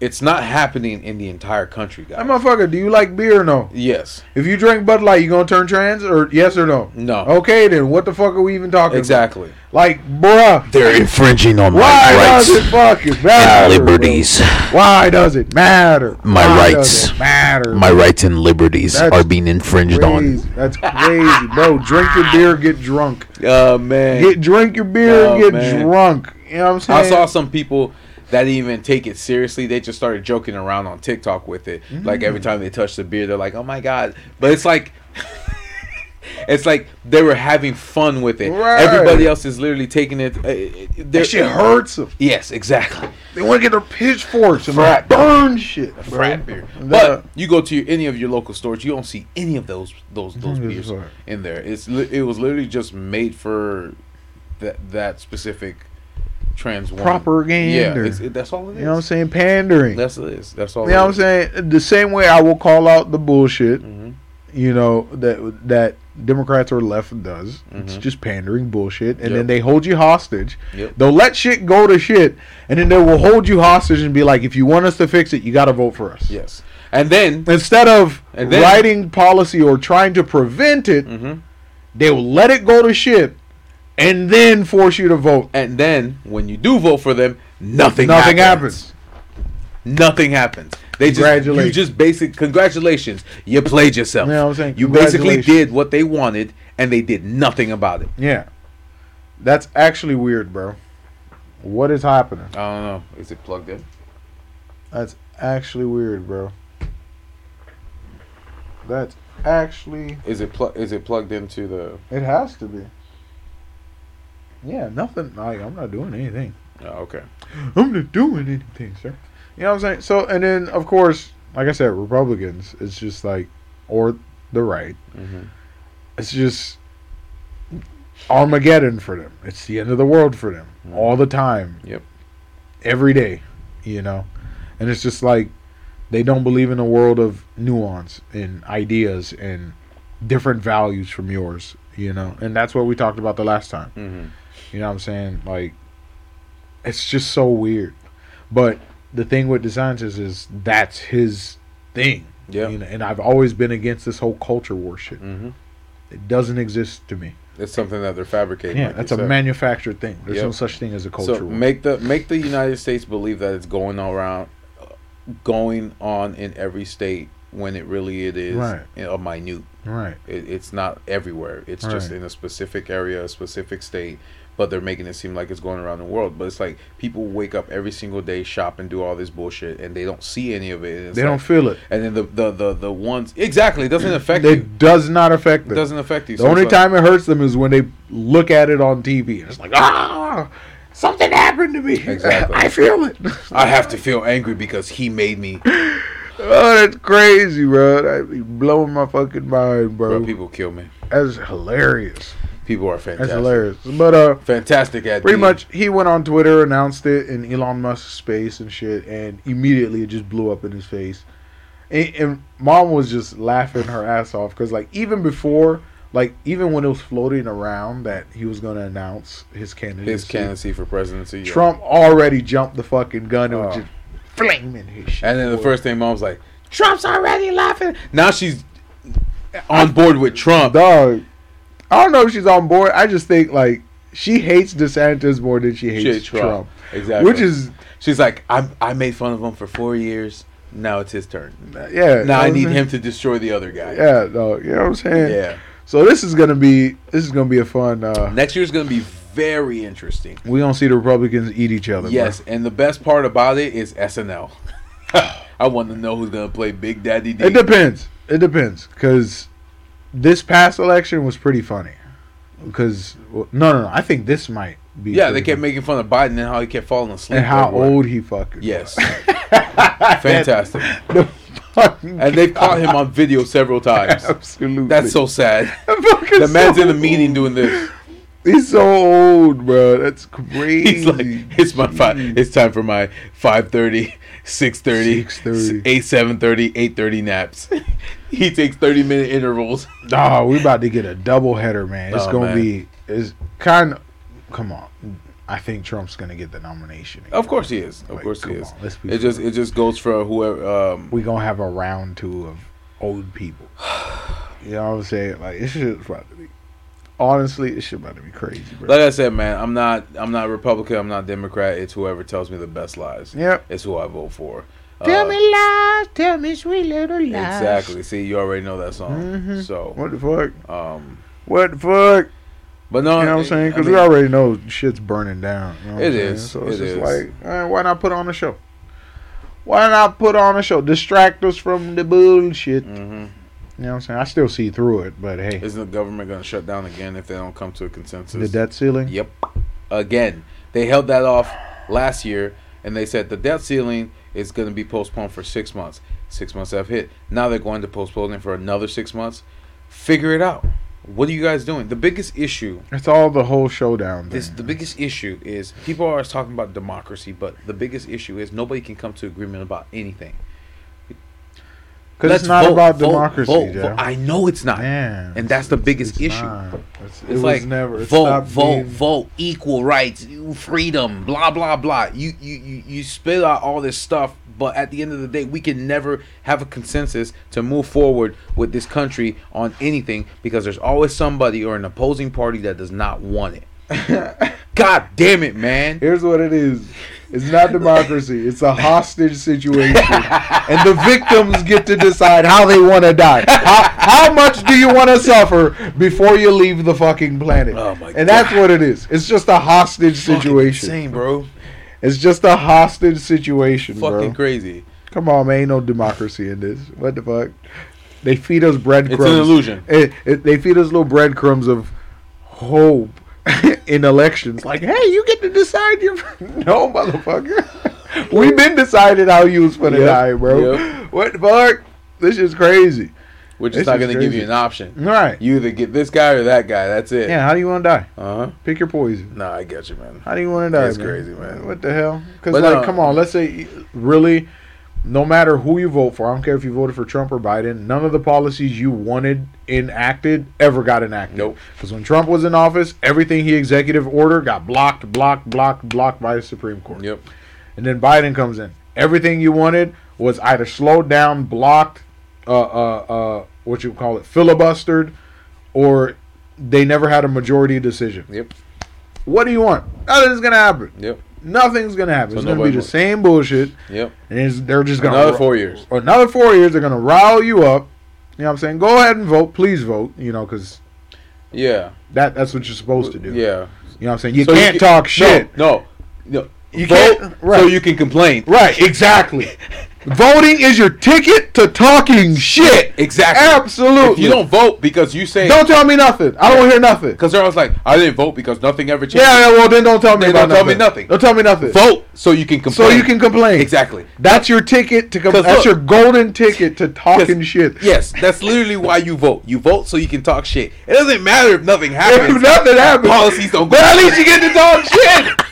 Speaker 2: it's not happening in the entire country, guys.
Speaker 1: That motherfucker. Do you like beer or no?
Speaker 2: yes.
Speaker 1: If you drink Bud Light, you gonna turn trans or yes or no?
Speaker 2: No.
Speaker 1: Okay, then what the fuck are we even talking?
Speaker 2: Exactly.
Speaker 1: About? Like, bruh,
Speaker 4: They're infringing on my
Speaker 1: why does
Speaker 4: rights
Speaker 1: it fucking
Speaker 4: and
Speaker 1: matter?
Speaker 4: liberties.
Speaker 1: bro? Why does it matter?
Speaker 4: My
Speaker 1: Why
Speaker 4: rights.
Speaker 1: Does it matter.
Speaker 4: My rights and liberties
Speaker 1: That's
Speaker 4: are being infringed on.
Speaker 1: Crazy. That's crazy, bro. Drink your beer, get drunk.
Speaker 2: Oh man.
Speaker 1: Get drink your beer,
Speaker 2: Oh,
Speaker 1: and get
Speaker 2: man.
Speaker 1: drunk. You know what I'm saying?
Speaker 2: I saw some people that didn't even take it seriously. They just started joking around on TikTok with it. Like every
Speaker 1: Mm.
Speaker 2: time they touch the beer, they're like, "Oh my god!" But it's like, it's like they were having fun with it.
Speaker 1: Right.
Speaker 2: Everybody else is literally taking it. uh, Uh,
Speaker 1: that shit hurts them.
Speaker 2: Yes, exactly.
Speaker 1: They want to get their pitchforks and
Speaker 2: Frat.
Speaker 1: like burn shit. bro.
Speaker 2: Frat beer.
Speaker 1: The-
Speaker 2: But you go to your, any of your local stores, you don't see any of those those those
Speaker 1: Mm,
Speaker 2: beers
Speaker 1: sorry.
Speaker 2: in there. It's li- it was literally just made for that that specific trans woman. Yeah,
Speaker 1: Propaganda.
Speaker 2: it's, it, that's all it is.
Speaker 1: you know what I'm saying? Pandering.
Speaker 2: That's it. is. That's all.
Speaker 1: you know what I'm saying? The same way I will call out the bullshit,
Speaker 2: Mm-hmm.
Speaker 1: you know, that that Democrats or left does. It's just pandering bullshit. And
Speaker 2: Mm-hmm. Yep.
Speaker 1: then they hold you hostage.
Speaker 2: Yep.
Speaker 1: They'll let shit go to shit. And then they will hold you hostage and be like, if you want us to fix it, you got to vote for us.
Speaker 2: Yes. And then
Speaker 1: Instead of
Speaker 2: And then- Mm-hmm.
Speaker 1: writing policy or trying to prevent it, they will let it go to shit and then force you to vote.
Speaker 2: and then when you do vote for them, nothing
Speaker 1: Nothing
Speaker 2: happens.
Speaker 1: happens.
Speaker 2: Nothing happens. They just you
Speaker 1: Congratulations.
Speaker 2: just basic congratulations. You played yourself.
Speaker 1: Yeah, I was saying,
Speaker 2: you basically
Speaker 1: congratulations.
Speaker 2: did what they wanted, and they did nothing about it.
Speaker 1: Yeah. That's actually weird, bro. What is happening?
Speaker 2: I don't know. Is it plugged in?
Speaker 1: That's actually weird, bro. That's actually
Speaker 2: Is it plu- is it plugged into the?
Speaker 1: it has to be. Yeah, nothing like I'm not doing anything.
Speaker 2: Oh, okay.
Speaker 1: I'm not doing anything, sir. You know what I'm saying? So and then of course, like I said, Republicans, it's just like or the right.
Speaker 2: Mhm.
Speaker 1: It's just Armageddon for them. It's the end of the world for them. All the time.
Speaker 2: Yep.
Speaker 1: Every day, you know. And it's just like they don't believe in a world of nuance and ideas and different values from yours, you know. And that's what we talked about the last time.
Speaker 2: Mm-hmm.
Speaker 1: You know what I'm saying? Like, it's just so weird. But the thing with DeSantis is that's his thing.
Speaker 2: Yeah.
Speaker 1: You know, and I've always been against this whole culture war shit.
Speaker 2: Mm-hmm.
Speaker 1: It doesn't exist to me.
Speaker 2: It's something that they're fabricating.
Speaker 1: Yeah,
Speaker 2: like
Speaker 1: that's
Speaker 2: you
Speaker 1: a
Speaker 2: said.
Speaker 1: manufactured thing. There's
Speaker 2: Yep.
Speaker 1: no such thing as a culture
Speaker 2: so
Speaker 1: war.
Speaker 2: make the make the United States believe that it's going around, going on in every state when it really it is
Speaker 1: Right.
Speaker 2: you know, minute.
Speaker 1: right.
Speaker 2: It, it's not everywhere. It's just
Speaker 1: Right.
Speaker 2: in a specific area, a specific state. But they're making it seem like it's going around the world. But it's like people wake up every single day, shop, and do all this bullshit, and they don't see any of it. And it's
Speaker 1: They
Speaker 2: like-
Speaker 1: don't feel it.
Speaker 2: And then the the the, the ones exactly it doesn't affect you.
Speaker 1: It does not affect
Speaker 2: It
Speaker 1: them.
Speaker 2: doesn't affect you.
Speaker 1: the
Speaker 2: So
Speaker 1: only
Speaker 2: it's like-
Speaker 1: time it hurts them is when they look at it on TV and it's like, ah, something happened to me.
Speaker 2: Exactly.
Speaker 1: I feel it.
Speaker 2: I have to feel angry because he made me.
Speaker 1: Oh, that's crazy, bro. That'd be blowing my fucking mind, bro.
Speaker 2: Bro, people kill me.
Speaker 1: That's hilarious.
Speaker 2: People are
Speaker 1: That's
Speaker 2: fantastic.
Speaker 1: hilarious. But uh,
Speaker 2: Fantastic at
Speaker 1: pretty
Speaker 2: being-
Speaker 1: much he went on Twitter, announced it in Elon Musk's space and shit, and immediately it just blew up in his face. And, and mom was just laughing her ass off because like even before, like even when it was floating around that he was going to announce his candidacy,
Speaker 2: his candidacy for presidency. yeah.
Speaker 1: Trump already jumped the fucking gun and was
Speaker 2: Oh.
Speaker 1: just flaming his shit.
Speaker 2: And then the first thing mom's like, Trump's already laughing. Now she's on board with Trump.
Speaker 1: dog. I don't know if she's on board. I just think like she hates DeSantis more than she hates
Speaker 2: Shit,
Speaker 1: Trump,
Speaker 2: Trump. Exactly.
Speaker 1: which is
Speaker 2: she's like, I I made fun of him for four years. Now it's his turn.
Speaker 1: yeah.
Speaker 2: Now I
Speaker 1: you know
Speaker 2: need
Speaker 1: what I'm
Speaker 2: him to destroy the other guy.
Speaker 1: saying? Yeah, dog. You know what I'm saying?
Speaker 2: Yeah.
Speaker 1: So this is gonna be this is gonna be a fun. uh
Speaker 2: Next year's gonna be very interesting.
Speaker 1: We gonna see the Republicans eat each other. bro.
Speaker 2: Yes, and the best part about it is SNL. I want to know who's gonna play Big Daddy D.
Speaker 1: It depends. It depends because this past election was pretty funny. Because well, no, no, no. I think this might be.
Speaker 2: yeah, they
Speaker 1: pretty
Speaker 2: kept making fun of Biden and how he kept falling
Speaker 1: funny.
Speaker 2: asleep.
Speaker 1: and how
Speaker 2: everywhere.
Speaker 1: old he fucking.
Speaker 2: Yes. Fantastic.
Speaker 1: The fucking
Speaker 2: And they've caught him on video several times.
Speaker 1: absolutely.
Speaker 2: That's so sad.
Speaker 1: The fuck is
Speaker 2: The man's
Speaker 1: so
Speaker 2: in a meeting doing this.
Speaker 1: He's so old, bro. That's crazy.
Speaker 2: He's like, it's my five. It's time for my 5.30, 6.30,
Speaker 1: 6:30.
Speaker 2: 8, 7.30, 8.30 naps. he takes 30-minute intervals.
Speaker 1: oh, we about to get a double header, man. It's
Speaker 2: Oh,
Speaker 1: gonna
Speaker 2: man.
Speaker 1: be. It's kind of. Come on, I think Trump's gonna get the nomination.
Speaker 2: Of course he is. Of
Speaker 1: Like,
Speaker 2: course he
Speaker 1: come
Speaker 2: is.
Speaker 1: on, let's be
Speaker 2: it just it just goes for whoever. Um,
Speaker 1: we gonna have a round two of old people. You know what I'm saying? Like this shit's about to be. Honestly, this shit about to be crazy, bro.
Speaker 2: like I said, man, I'm not I'm not Republican. I'm not Democrat. It's whoever tells me the best lies.
Speaker 1: yep.
Speaker 2: It's who I vote for.
Speaker 1: tell
Speaker 2: Uh,
Speaker 1: me lies, tell me sweet little lies.
Speaker 2: Exactly. See, you already know that song.
Speaker 1: Mhm.
Speaker 2: So,
Speaker 1: What the fuck?
Speaker 2: um,
Speaker 1: What the fuck?
Speaker 2: but no,
Speaker 1: You know what I'm
Speaker 2: it-
Speaker 1: saying?
Speaker 2: I
Speaker 1: Because
Speaker 2: mean,
Speaker 1: we already know shit's burning down. You know what
Speaker 2: It
Speaker 1: I'm saying?
Speaker 2: is.
Speaker 1: So it's just
Speaker 2: It is.
Speaker 1: like, eh, why not put on a show? Why not put on a show? Distract us from the bullshit.
Speaker 2: mhm.
Speaker 1: You know what I'm saying? I still see through it, but hey,
Speaker 2: Isn't the government going to shut down again if they don't come to a consensus?
Speaker 1: the debt ceiling.
Speaker 2: Yep. Again, they held that off last year, and they said the debt ceiling is going to be postponed for six months. Six months have hit. Now they're going to postpone it for another six months. Figure it out. What are you guys doing? The biggest issue
Speaker 1: It's all the whole showdown.
Speaker 2: This
Speaker 1: thing.
Speaker 2: the biggest issue is people are always talking about democracy, but the biggest issue is nobody can come to agreement about anything.
Speaker 1: 'Cause
Speaker 2: Let's
Speaker 1: it's not
Speaker 2: vote,
Speaker 1: about
Speaker 2: vote,
Speaker 1: democracy,
Speaker 2: vote,
Speaker 1: Joe.
Speaker 2: vote. I know it's not,
Speaker 1: Man,
Speaker 2: and that's the biggest
Speaker 1: it's
Speaker 2: issue.
Speaker 1: not. It's, it
Speaker 2: It's
Speaker 1: was
Speaker 2: like
Speaker 1: never. It
Speaker 2: vote,
Speaker 1: stopped
Speaker 2: vote,
Speaker 1: being-
Speaker 2: vote, equal rights, you- freedom, blah blah blah. You you you you spit out all this stuff, but at the end of the day, we can never have a consensus to move forward with this country on anything because there's always somebody or an opposing party that does not want it. God damn it, man.
Speaker 1: Here's what it is. It's not democracy. It's a hostage situation, and the victims get to decide how they want to die. How, how much do you want to suffer before you leave the fucking planet?
Speaker 2: Oh my
Speaker 1: and that's what it is. It's just a hostage situation.
Speaker 2: Fucking insane, bro.
Speaker 1: It's just a hostage situation,
Speaker 2: Fucking
Speaker 1: bro.
Speaker 2: crazy.
Speaker 1: Come on, man. Ain't no democracy in this. What the fuck? They feed us
Speaker 2: It's
Speaker 1: breadcrumbs.
Speaker 2: an illusion.
Speaker 1: It, it, they feed us little breadcrumbs of hope in elections. Like, hey, you get to decide your. no, motherfucker. We've been decided how you was gonna
Speaker 2: Yep,
Speaker 1: die, bro.
Speaker 2: yep.
Speaker 1: What the fuck? This is crazy.
Speaker 2: We're just
Speaker 1: This is
Speaker 2: not going to give
Speaker 1: crazy.
Speaker 2: you an option.
Speaker 1: All right.
Speaker 2: You either get this guy or that guy. That's it.
Speaker 1: Yeah. How do you want to die?
Speaker 2: Uh huh.
Speaker 1: Pick your poison.
Speaker 2: Nah, I get you, man.
Speaker 1: How do you want to die?
Speaker 2: That's crazy, man.
Speaker 1: What the hell? Because
Speaker 2: But,
Speaker 1: like,
Speaker 2: uh,
Speaker 1: come on. Let's say really, no matter who you vote for, I don't care if you voted for Trump or Biden. None of the policies you wanted enacted ever got enacted.
Speaker 2: Nope.
Speaker 1: Because when Trump was in office, everything he executive order got blocked, blocked, blocked, blocked by the Supreme Court.
Speaker 2: Yep.
Speaker 1: And then Biden comes in. Everything you wanted was either slowed down, blocked, uh, uh, uh, what you call it, filibustered, or they never had a majority decision.
Speaker 2: Yep.
Speaker 1: What do you want? Nothing's gonna happen.
Speaker 2: Yep.
Speaker 1: Nothing's gonna happen.
Speaker 2: So
Speaker 1: it's gonna be
Speaker 2: nobody
Speaker 1: the
Speaker 2: wants-
Speaker 1: same bullshit,
Speaker 2: Yep.
Speaker 1: and it's, they're just gonna
Speaker 2: Another four years.
Speaker 1: Another four years. They're gonna rile you up. You know what I'm saying? Go ahead and vote. Please vote. You know, because
Speaker 2: Yeah.
Speaker 1: that that's what you're supposed to do.
Speaker 2: Yeah.
Speaker 1: You know what I'm saying? You
Speaker 2: So you
Speaker 1: can't
Speaker 2: ca-
Speaker 1: talk shit.
Speaker 2: No. No. no.
Speaker 1: You
Speaker 2: Vote
Speaker 1: can't- right.
Speaker 2: So you can complain.
Speaker 1: Right, exactly. Voting is your ticket to talking shit.
Speaker 2: Exactly.
Speaker 1: Absolutely.
Speaker 2: If you don't vote because you say
Speaker 1: Don't tell me nothing. I don't want to hear nothing.
Speaker 2: because they're always like I didn't vote because nothing ever changed.
Speaker 1: Yeah, yeah, well then don't tell me
Speaker 2: Then
Speaker 1: about
Speaker 2: don't tell me nothing.
Speaker 1: Don't tell me nothing.
Speaker 2: Vote so you can complain.
Speaker 1: so you can complain.
Speaker 2: exactly.
Speaker 1: That's your ticket to complain.
Speaker 2: 'Cause
Speaker 1: That's
Speaker 2: look-
Speaker 1: your golden ticket to talking
Speaker 2: Yes.
Speaker 1: shit.
Speaker 2: Yes, that's literally why you vote. You vote so you can talk shit. It doesn't matter if nothing happens.
Speaker 1: If nothing happens,
Speaker 2: Policies don't go.
Speaker 1: but at least you get to talk shit.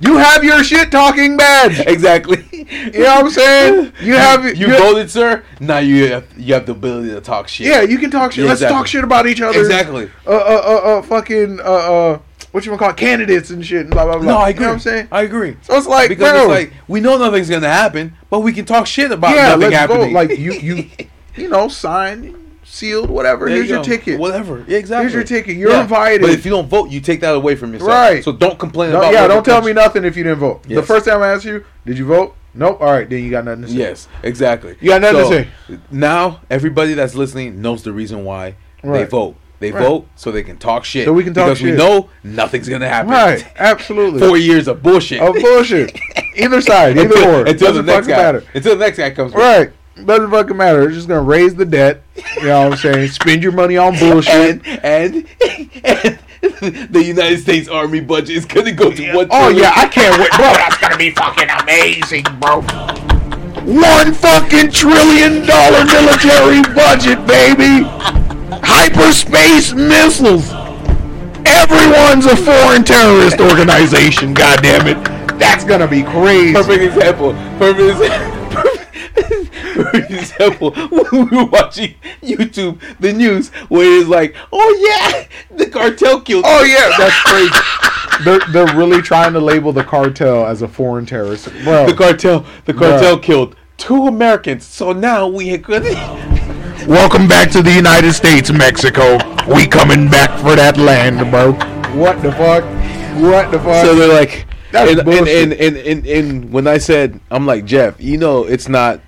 Speaker 1: You have your shit talking badge.
Speaker 2: Exactly.
Speaker 1: You know what I'm saying? You have
Speaker 2: you voted, sir. Now you have you have the ability to talk shit.
Speaker 1: Yeah, you can talk shit.
Speaker 2: Yeah,
Speaker 1: Let's
Speaker 2: exactly.
Speaker 1: talk shit about each other.
Speaker 2: Exactly.
Speaker 1: Uh, uh, uh, uh fucking, uh, uh, what you wanna call it? candidates and shit and blah blah blah.
Speaker 2: No, I
Speaker 1: You
Speaker 2: agree.
Speaker 1: know what I'm saying?
Speaker 2: I agree.
Speaker 1: So it's like,
Speaker 2: because
Speaker 1: bro,
Speaker 2: it's like we know nothing's gonna happen, but we can talk shit about
Speaker 1: yeah,
Speaker 2: nothing
Speaker 1: let's
Speaker 2: happening.
Speaker 1: vote. Like you, you, you know, sign, sealed, whatever.
Speaker 2: There
Speaker 1: Here's
Speaker 2: you
Speaker 1: your
Speaker 2: go.
Speaker 1: ticket.
Speaker 2: Whatever. Yeah, exactly.
Speaker 1: Here's your ticket. You're
Speaker 2: Yeah.
Speaker 1: invited.
Speaker 2: But if you don't vote, you take that away from yourself.
Speaker 1: Right.
Speaker 2: So don't complain
Speaker 1: No,
Speaker 2: about.
Speaker 1: yeah,
Speaker 2: what
Speaker 1: don't
Speaker 2: the
Speaker 1: tell
Speaker 2: country-
Speaker 1: me nothing if you didn't vote. The
Speaker 2: Yes.
Speaker 1: first time I asked you, did you vote? Nope. All right, then you got nothing to say.
Speaker 2: Yes, exactly.
Speaker 1: You got nothing to say.
Speaker 2: Now everybody that's listening knows the reason why they
Speaker 1: Right.
Speaker 2: vote. They
Speaker 1: Right.
Speaker 2: vote so they can talk shit.
Speaker 1: So we can talk
Speaker 2: because we
Speaker 1: shit.
Speaker 2: know nothing's gonna happen.
Speaker 1: Right. Absolutely.
Speaker 2: Four years of bullshit.
Speaker 1: Of bullshit. Either side. Either
Speaker 2: until,
Speaker 1: or.
Speaker 2: until the
Speaker 1: Doesn't
Speaker 2: next
Speaker 1: fucking
Speaker 2: guy.
Speaker 1: matter.
Speaker 2: Until the next guy comes. with-
Speaker 1: Right. Doesn't fucking matter. It's just gonna raise the debt. You know what I'm saying? Spend your money on bullshit.
Speaker 2: And and and the United States Army budget is gonna go to one.
Speaker 1: oh
Speaker 2: trillion.
Speaker 1: yeah, I can't wait, bro.
Speaker 4: That's gonna be fucking amazing, bro.
Speaker 1: One fucking trillion dollar military budget, baby. Hyperspace missiles. Everyone's a foreign terrorist organization. God damn it. That's gonna be crazy.
Speaker 2: Perfect example. Perfect example. Perfect example. When we were watching YouTube, the news, where it's like, oh yeah, the cartel killed.
Speaker 1: Oh yeah, that's crazy. they're they're really trying to label the cartel as a foreign terrorist, bro.
Speaker 2: the cartel. The cartel killed two Americans. So now we are gonna.
Speaker 4: Welcome back to the United States, Mexico. We coming back for that land, bro.
Speaker 1: what the fuck? What the fuck?
Speaker 2: So they're like,
Speaker 1: That's
Speaker 2: and, and,
Speaker 1: bullshit.
Speaker 2: and, and, and, and when I said, I'm like Jeff, you know, it's not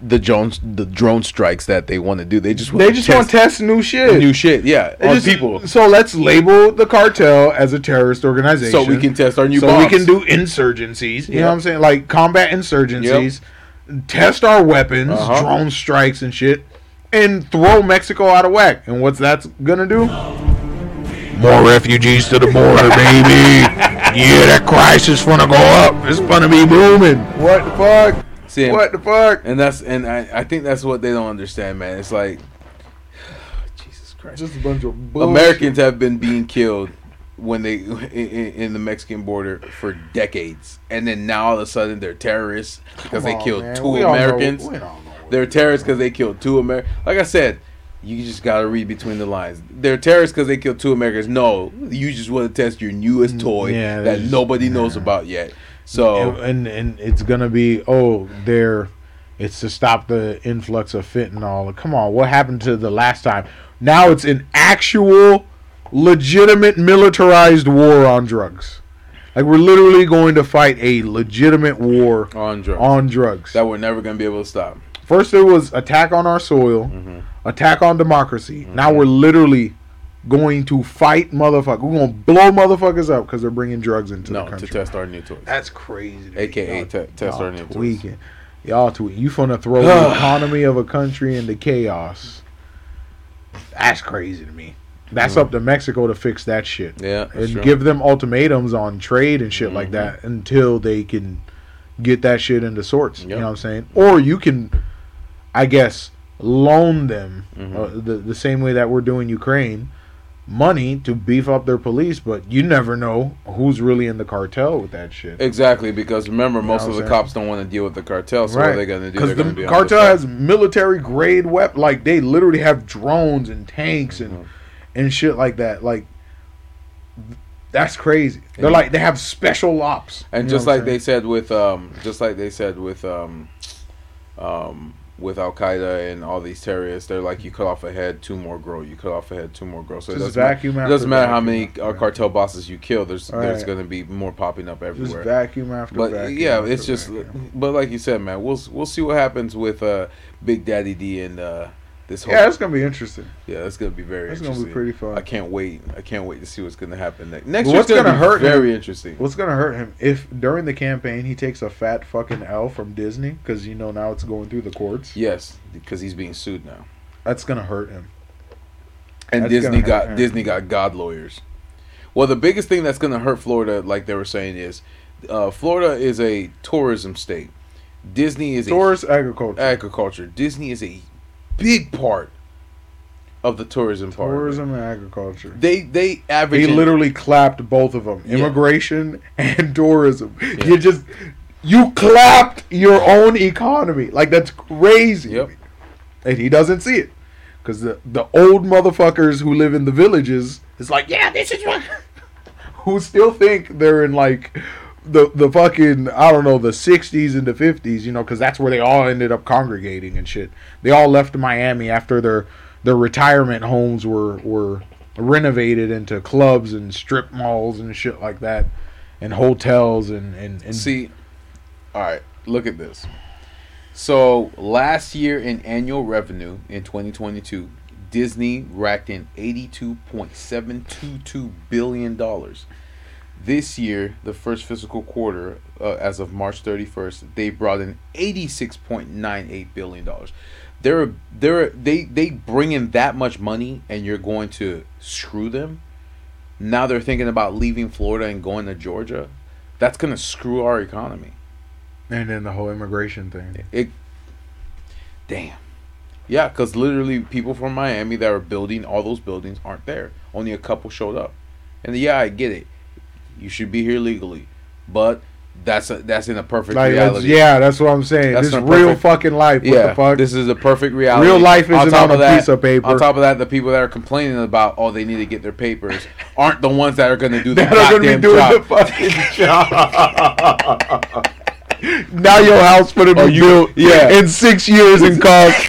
Speaker 2: the drones, the drone strikes that they want to do. They just want
Speaker 1: they just want to test new shit.
Speaker 2: new shit, yeah,
Speaker 1: They
Speaker 2: on
Speaker 1: just-
Speaker 2: people.
Speaker 1: So let's label the cartel as a terrorist organization.
Speaker 2: So we can test our new
Speaker 1: So
Speaker 2: bombs.
Speaker 1: we can do insurgencies. You know
Speaker 2: Yep.
Speaker 1: what I'm saying? Like combat insurgencies, test our weapons,
Speaker 2: Uh-huh.
Speaker 1: drone strikes and shit, and throw Mexico out of whack. And what's that's gonna do?
Speaker 4: More refugees to the border, baby. Yeah, that crisis gonna go up. It's gonna be booming.
Speaker 1: What the fuck?
Speaker 2: See,
Speaker 1: What the fuck?
Speaker 2: And that's and I, I think that's what they don't understand, man. It's like Jesus Christ.
Speaker 1: Just a bunch of bullshit.
Speaker 2: Americans have been being killed when they in, in the Mexican border for decades, and then now all of a sudden they're terrorists
Speaker 1: Come
Speaker 2: because they
Speaker 1: on,
Speaker 2: killed
Speaker 1: man.
Speaker 2: two
Speaker 1: We all know-
Speaker 2: Americans.
Speaker 1: we all know what-
Speaker 2: They're terrorists because they killed two Americans. Like I said, you just gotta read between the lines. They're terrorists because they killed two Americans. No, you just want to test your newest toy
Speaker 1: Mm, yeah,
Speaker 2: that
Speaker 1: they just-
Speaker 2: nobody knows about yet. So
Speaker 1: and, and and it's gonna be oh they're it's to stop the influx of fentanyl. Come on, what happened to the last time? Now it's an actual, legitimate militarized war on drugs. Like we're literally going to fight a legitimate war
Speaker 2: on drugs
Speaker 1: on drugs.
Speaker 2: that we're never gonna be able to stop.
Speaker 1: First there was attack on our soil,
Speaker 2: Mm-hmm.
Speaker 1: attack on democracy. Now we're literally going to fight motherfuckers. We're gonna blow motherfuckers up because they're bringing drugs into
Speaker 2: No,
Speaker 1: the
Speaker 2: to
Speaker 1: country.
Speaker 2: test our new toys,
Speaker 1: That's crazy. to me.
Speaker 2: aka
Speaker 1: Y'all-
Speaker 2: te- test our new
Speaker 1: y'all
Speaker 2: toys.
Speaker 1: tweaking. Y'all tweaking. You finna throw the economy of a country into chaos. That's crazy to me. That's up to Mexico to fix that shit
Speaker 2: Yeah, Mm-hmm. that's
Speaker 1: and
Speaker 2: true.
Speaker 1: give them ultimatums on trade and shit like that until they can get that shit into sorts. You
Speaker 2: Yep.
Speaker 1: know what I'm saying? Or you can, I guess, loan them
Speaker 2: Mm-hmm.
Speaker 1: uh, the the same way that we're doing Ukraine money to beef up their police, but you never know who's really in the cartel with that shit.
Speaker 2: exactly because remember most
Speaker 1: know what
Speaker 2: of the
Speaker 1: I'm saying?
Speaker 2: cops don't want to deal with the cartel, so what
Speaker 1: Right,
Speaker 2: are they gonna do? They're
Speaker 1: the
Speaker 2: gonna be on this
Speaker 1: cartel
Speaker 2: side.
Speaker 1: has military grade weapon. Like they literally have drones and tanks and
Speaker 2: Mm-hmm.
Speaker 1: and shit like that. Like that's crazy. They're
Speaker 2: Yeah.
Speaker 1: like they have special ops.
Speaker 2: And
Speaker 1: You know
Speaker 2: just
Speaker 1: what I'm
Speaker 2: like they
Speaker 1: saying?
Speaker 2: said with um, just like they said with um, um, with Al Qaeda and all these terrorists, they're like you cut off a head, two more grow. You cut off a head, two more grow. So it
Speaker 1: Just
Speaker 2: doesn't, ma-
Speaker 1: vacuum
Speaker 2: it
Speaker 1: after
Speaker 2: doesn't matter how
Speaker 1: vacuum
Speaker 2: many
Speaker 1: after
Speaker 2: uh,
Speaker 1: vacuum.
Speaker 2: cartel bosses you kill. There's there's
Speaker 1: Right.
Speaker 2: going to be more popping up
Speaker 1: just
Speaker 2: everywhere.
Speaker 1: vacuum after
Speaker 2: but
Speaker 1: vacuum.
Speaker 2: yeah,
Speaker 1: after
Speaker 2: it's just.
Speaker 1: vacuum.
Speaker 2: But like you said, man, we'll s- we'll see what happens with uh, Big Daddy D and uh, this whole.
Speaker 1: yeah, it's gonna be interesting.
Speaker 2: Yeah, that's gonna be very.
Speaker 1: That's gonna
Speaker 2: interesting.
Speaker 1: be pretty fun.
Speaker 2: I can't wait. I can't wait to see what's gonna happen next. Next
Speaker 1: But
Speaker 2: year's
Speaker 1: what's
Speaker 2: gonna,
Speaker 1: gonna
Speaker 2: be
Speaker 1: hurt
Speaker 2: Very interesting.
Speaker 1: What's gonna hurt him if during the campaign he takes a fat fucking L from Disney because you know now it's going through the courts.
Speaker 2: Yes, because he's being sued now.
Speaker 1: That's gonna hurt him.
Speaker 2: and
Speaker 1: That's
Speaker 2: Disney
Speaker 1: gonna hurt
Speaker 2: got
Speaker 1: him.
Speaker 2: Disney got god lawyers. Well, the biggest thing that's going to hurt Florida, like they were saying, is uh, Florida is a tourism state. Disney is
Speaker 1: Taurus agriculture.
Speaker 2: a agriculture. Disney is a big part of the tourism part. of it.
Speaker 1: Tourism and agriculture.
Speaker 2: They they average
Speaker 1: He
Speaker 2: in-
Speaker 1: literally clapped both of them:
Speaker 2: Yeah.
Speaker 1: immigration and tourism. You just you clapped your own economy. Like that's crazy.
Speaker 2: Yep.
Speaker 1: And he doesn't see it because the the old motherfuckers who live in the villages is like, yeah, this is what. who still think they're in like. The, the fucking I don't know the 60s and the 50s you know because that's where they all ended up congregating and shit they all left Miami after their their retirement homes were were renovated into clubs and strip malls and shit like that and hotels and and, and
Speaker 2: See, all right, look at this. So last year in annual revenue in 2022, Disney racked in 82.722 billion dollars. This year, the first fiscal quarter, uh, as of March 31st, they brought in 86.98 billion dollars. They're they're they they bring in that much money, and you're going to screw them. Now they're thinking about leaving Florida and going to Georgia that's gonna screw our economy.
Speaker 1: and then the whole immigration thing
Speaker 2: It, damn, yeah, because literally people from Miami that are building all those buildings aren't there. Only a couple showed up, and yeah, I get it. You should be here legally, but that's a, that's in a perfect
Speaker 1: like that's,
Speaker 2: reality.
Speaker 1: yeah that's what I'm saying
Speaker 2: That's
Speaker 1: this
Speaker 2: not
Speaker 1: real
Speaker 2: perfect.
Speaker 1: fucking life what
Speaker 2: yeah.
Speaker 1: the fuck
Speaker 2: This is the perfect reality.
Speaker 1: Real life isn't
Speaker 2: top
Speaker 1: on a
Speaker 2: of that-
Speaker 1: piece of paper.
Speaker 2: On top of that, the people that are complaining about oh they need to get their papers aren't the ones that are going to do the
Speaker 1: that are gonna
Speaker 2: goddamn
Speaker 1: be doing
Speaker 2: job.
Speaker 1: the fucking job now your house for the be built
Speaker 2: Oh, yeah.
Speaker 1: in six years and cost